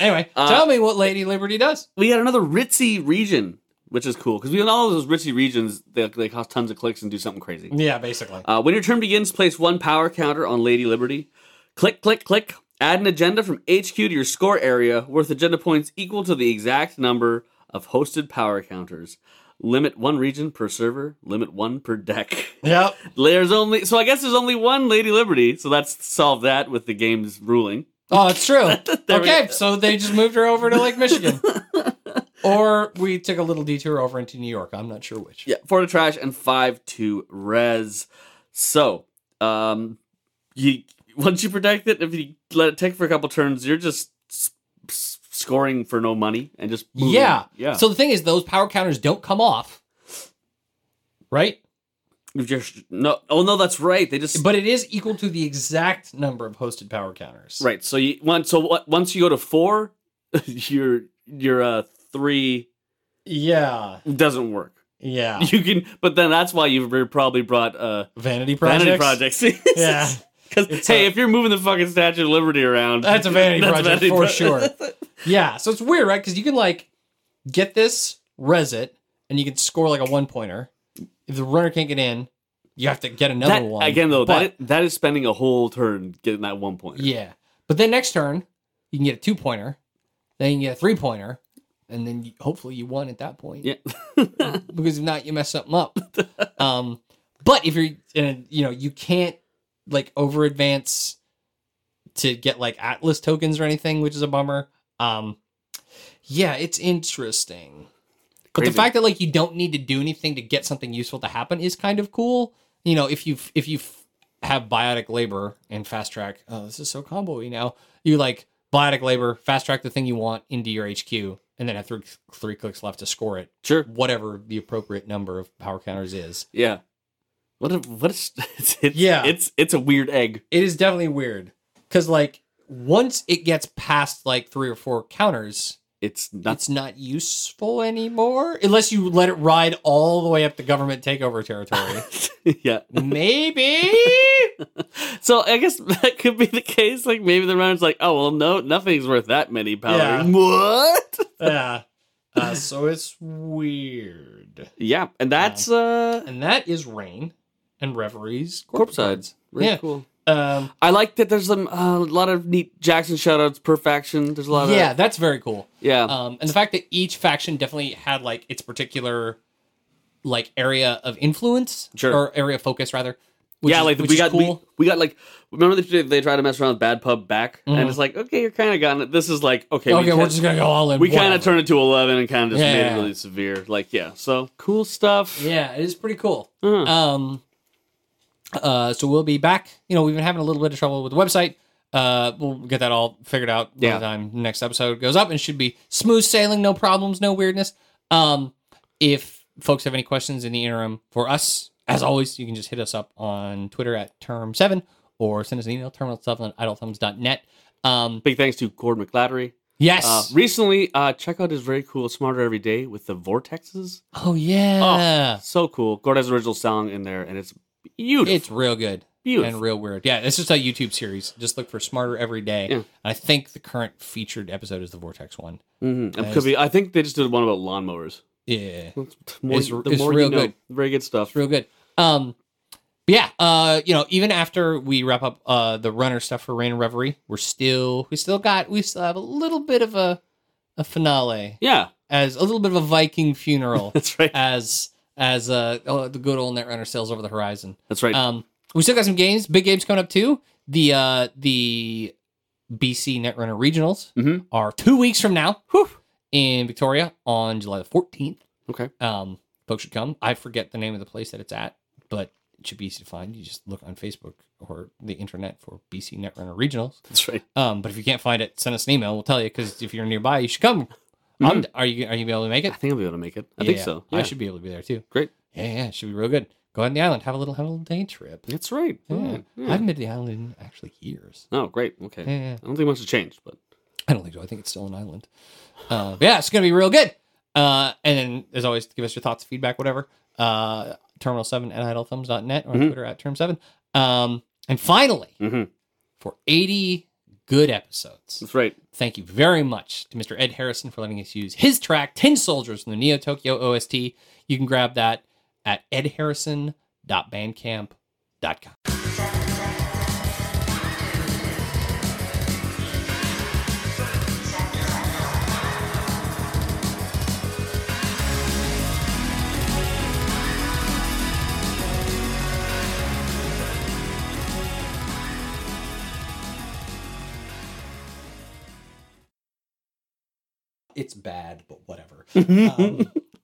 Anyway, Uh, tell me what Lady Liberty does. We got another ritzy region, which is cool because we in all of those ritzy regions they they cost tons of clicks and do something crazy. Yeah, basically. Uh, when your turn begins, place one power counter on Lady Liberty. Click, click, click. Add an agenda from HQ to your score area worth agenda points equal to the exact number of hosted power counters. Limit one region per server, limit one per deck. Yep. There's only so I guess there's only one Lady Liberty, so that's solved that with the game's ruling. Oh, it's true. There we okay, so they just moved her over to Lake Michigan, or we took a little detour over into New York. I'm not sure which. Yeah, four to trash and five to res. So, um, you once you protect it, if you let it take for a couple turns, you're just s- s- scoring for no money and just moving. Yeah. yeah. So So the thing is, those power counters don't come off, right? you're no, oh no, that's right. They just But it is equal to the exact number of hosted power counters. right. So you once so what once you go to four, your your uh three Yeah. doesn't work. Yeah. You can, but then that's why you've probably brought uh Vanity projects. vanity projects. Yeah. Because It's hey, a- if you're moving the fucking Statue of Liberty around, That's a vanity that's project vanity for pro- sure. Yeah. So it's weird, right? Because you can like get this, res it, and you can score like a one pointer. If the runner can't get in, you have to get another That- one. again, though, but, that that is spending a whole turn getting that one point. yeah. But then next turn, you can get a two pointer, then you can get a three pointer, and then you, hopefully you won at that point. Yeah. because if not, you mess something up. um, but if you're, and you know, you can't like over advance to get like Atlas tokens or anything, which is a bummer. Um, yeah, it's interesting. But Crazy. the fact that like you don't need to do anything to get something useful to happen is kind of cool. You know, if you if you f- have biotic labor and fast track, oh, this is so combo-y now. You like biotic labor, fast track the thing you want into your HQ, and then have three three clicks left to score it Sure. whatever the appropriate number of power counters is. Yeah. What? A, what is? It's, it's, Yeah. It's it's a weird egg. It is definitely weird because like once it gets past like three or four counters, It's not. it's not useful anymore unless you let it ride all the way up to government takeover territory. yeah. Maybe. So I guess that could be the case. Like maybe the runner's like, oh well, no, nothing's worth that many power. Yeah. What? yeah. Uh, so it's weird, Yeah, and that's uh, and that is rain and reveries. corpse sides. Really Yeah. cool. Um, I like that. There's some, uh, a lot of neat Jackson shoutouts per faction. There's a lot of yeah, that's very cool. yeah. um, and the fact that each faction definitely had like its particular like area of influence Sure. or area of focus rather which yeah, is- like which we is got we- cool we, got like remember they, they tried to mess around with bad pub back, and it's like okay, you're kind of gotten it. This is like okay, Mm-hmm. okay we, we're just gonna go all in kind whatever. of turned it to eleven and kind of just Yeah, made yeah, it yeah. really severe. Like yeah, so cool stuff. yeah it is pretty cool Huh. um uh so we'll be back you know we've been having a little bit of trouble with the website uh we'll get that all figured out by Yeah. the time next episode goes up and it should be smooth sailing no problems no weirdness um if folks have any questions in the interim for us, as always, you can just hit us up on Twitter at term7 or send us an email, terminalstuff at idlethumbs.net. Um, Big thanks to Gordon McLattery. yes. Uh, recently, uh, check out his very cool "Smarter Every Day" with the vortexes. oh, yeah. So cool. Gordon has original song in there, and it's beautiful. It's real good beautiful. and real weird. Yeah, it's just a YouTube series. Just look for Smarter Every Day. Yeah. And I think the current featured episode is the Vortex one. Mm-hmm. Mhm. It could be. I think they just did one about lawnmowers. Yeah. Well, t- more- It's- the it's more real you know. good. Very good stuff. It's real good. Um, but yeah, uh, you know, even after we wrap up uh the runner stuff for Rain and Reverie, we're still we still got we still have a little bit of a a finale yeah, as a little bit of a Viking funeral that's right. as as uh oh, the good old Netrunner sails over the horizon. That's right. Um, we still got some games, big games coming up too. The uh the BC Netrunner regionals Mhm. are two weeks from now Whew. in Victoria on July the fourteenth. Okay. Um, folks should come. I forget the name of the place that it's at, but it should be easy to find. You just look on Facebook or the internet for BC Netrunner Regionals. That's right. Um, but if you can't find it, send us an email. We'll tell you because if you're nearby, you should come. I'm- are you are you gonna be able to make it? I think I'll be able to make it. Mm-hmm. I Yeah, think yeah. so. I Yeah. should be able to be there too. Great. Yeah, yeah, it should be real good. Go out on the island, have a little have a little day trip. That's right. Yeah. Yeah. I yeah. haven't been to the island in actually years. Oh, great. Okay. Hmm. Yeah, yeah. I don't think much has changed, but I don't think so. I think it's still an island. Uh, but yeah, it's gonna be real good. Uh, and then, as always, give us your thoughts, feedback, whatever. Uh, terminal seven at idlethumbs.net or on Twitter at term seven. Um, and finally, Mhm. for eighty good episodes, that's right. thank you very much to Mr. Ed Harrison for letting us use his track "Tin Soldiers" from the Neo Tokyo OST. You can grab that at edharrison.bandcamp.com. It's bad, but whatever. Um,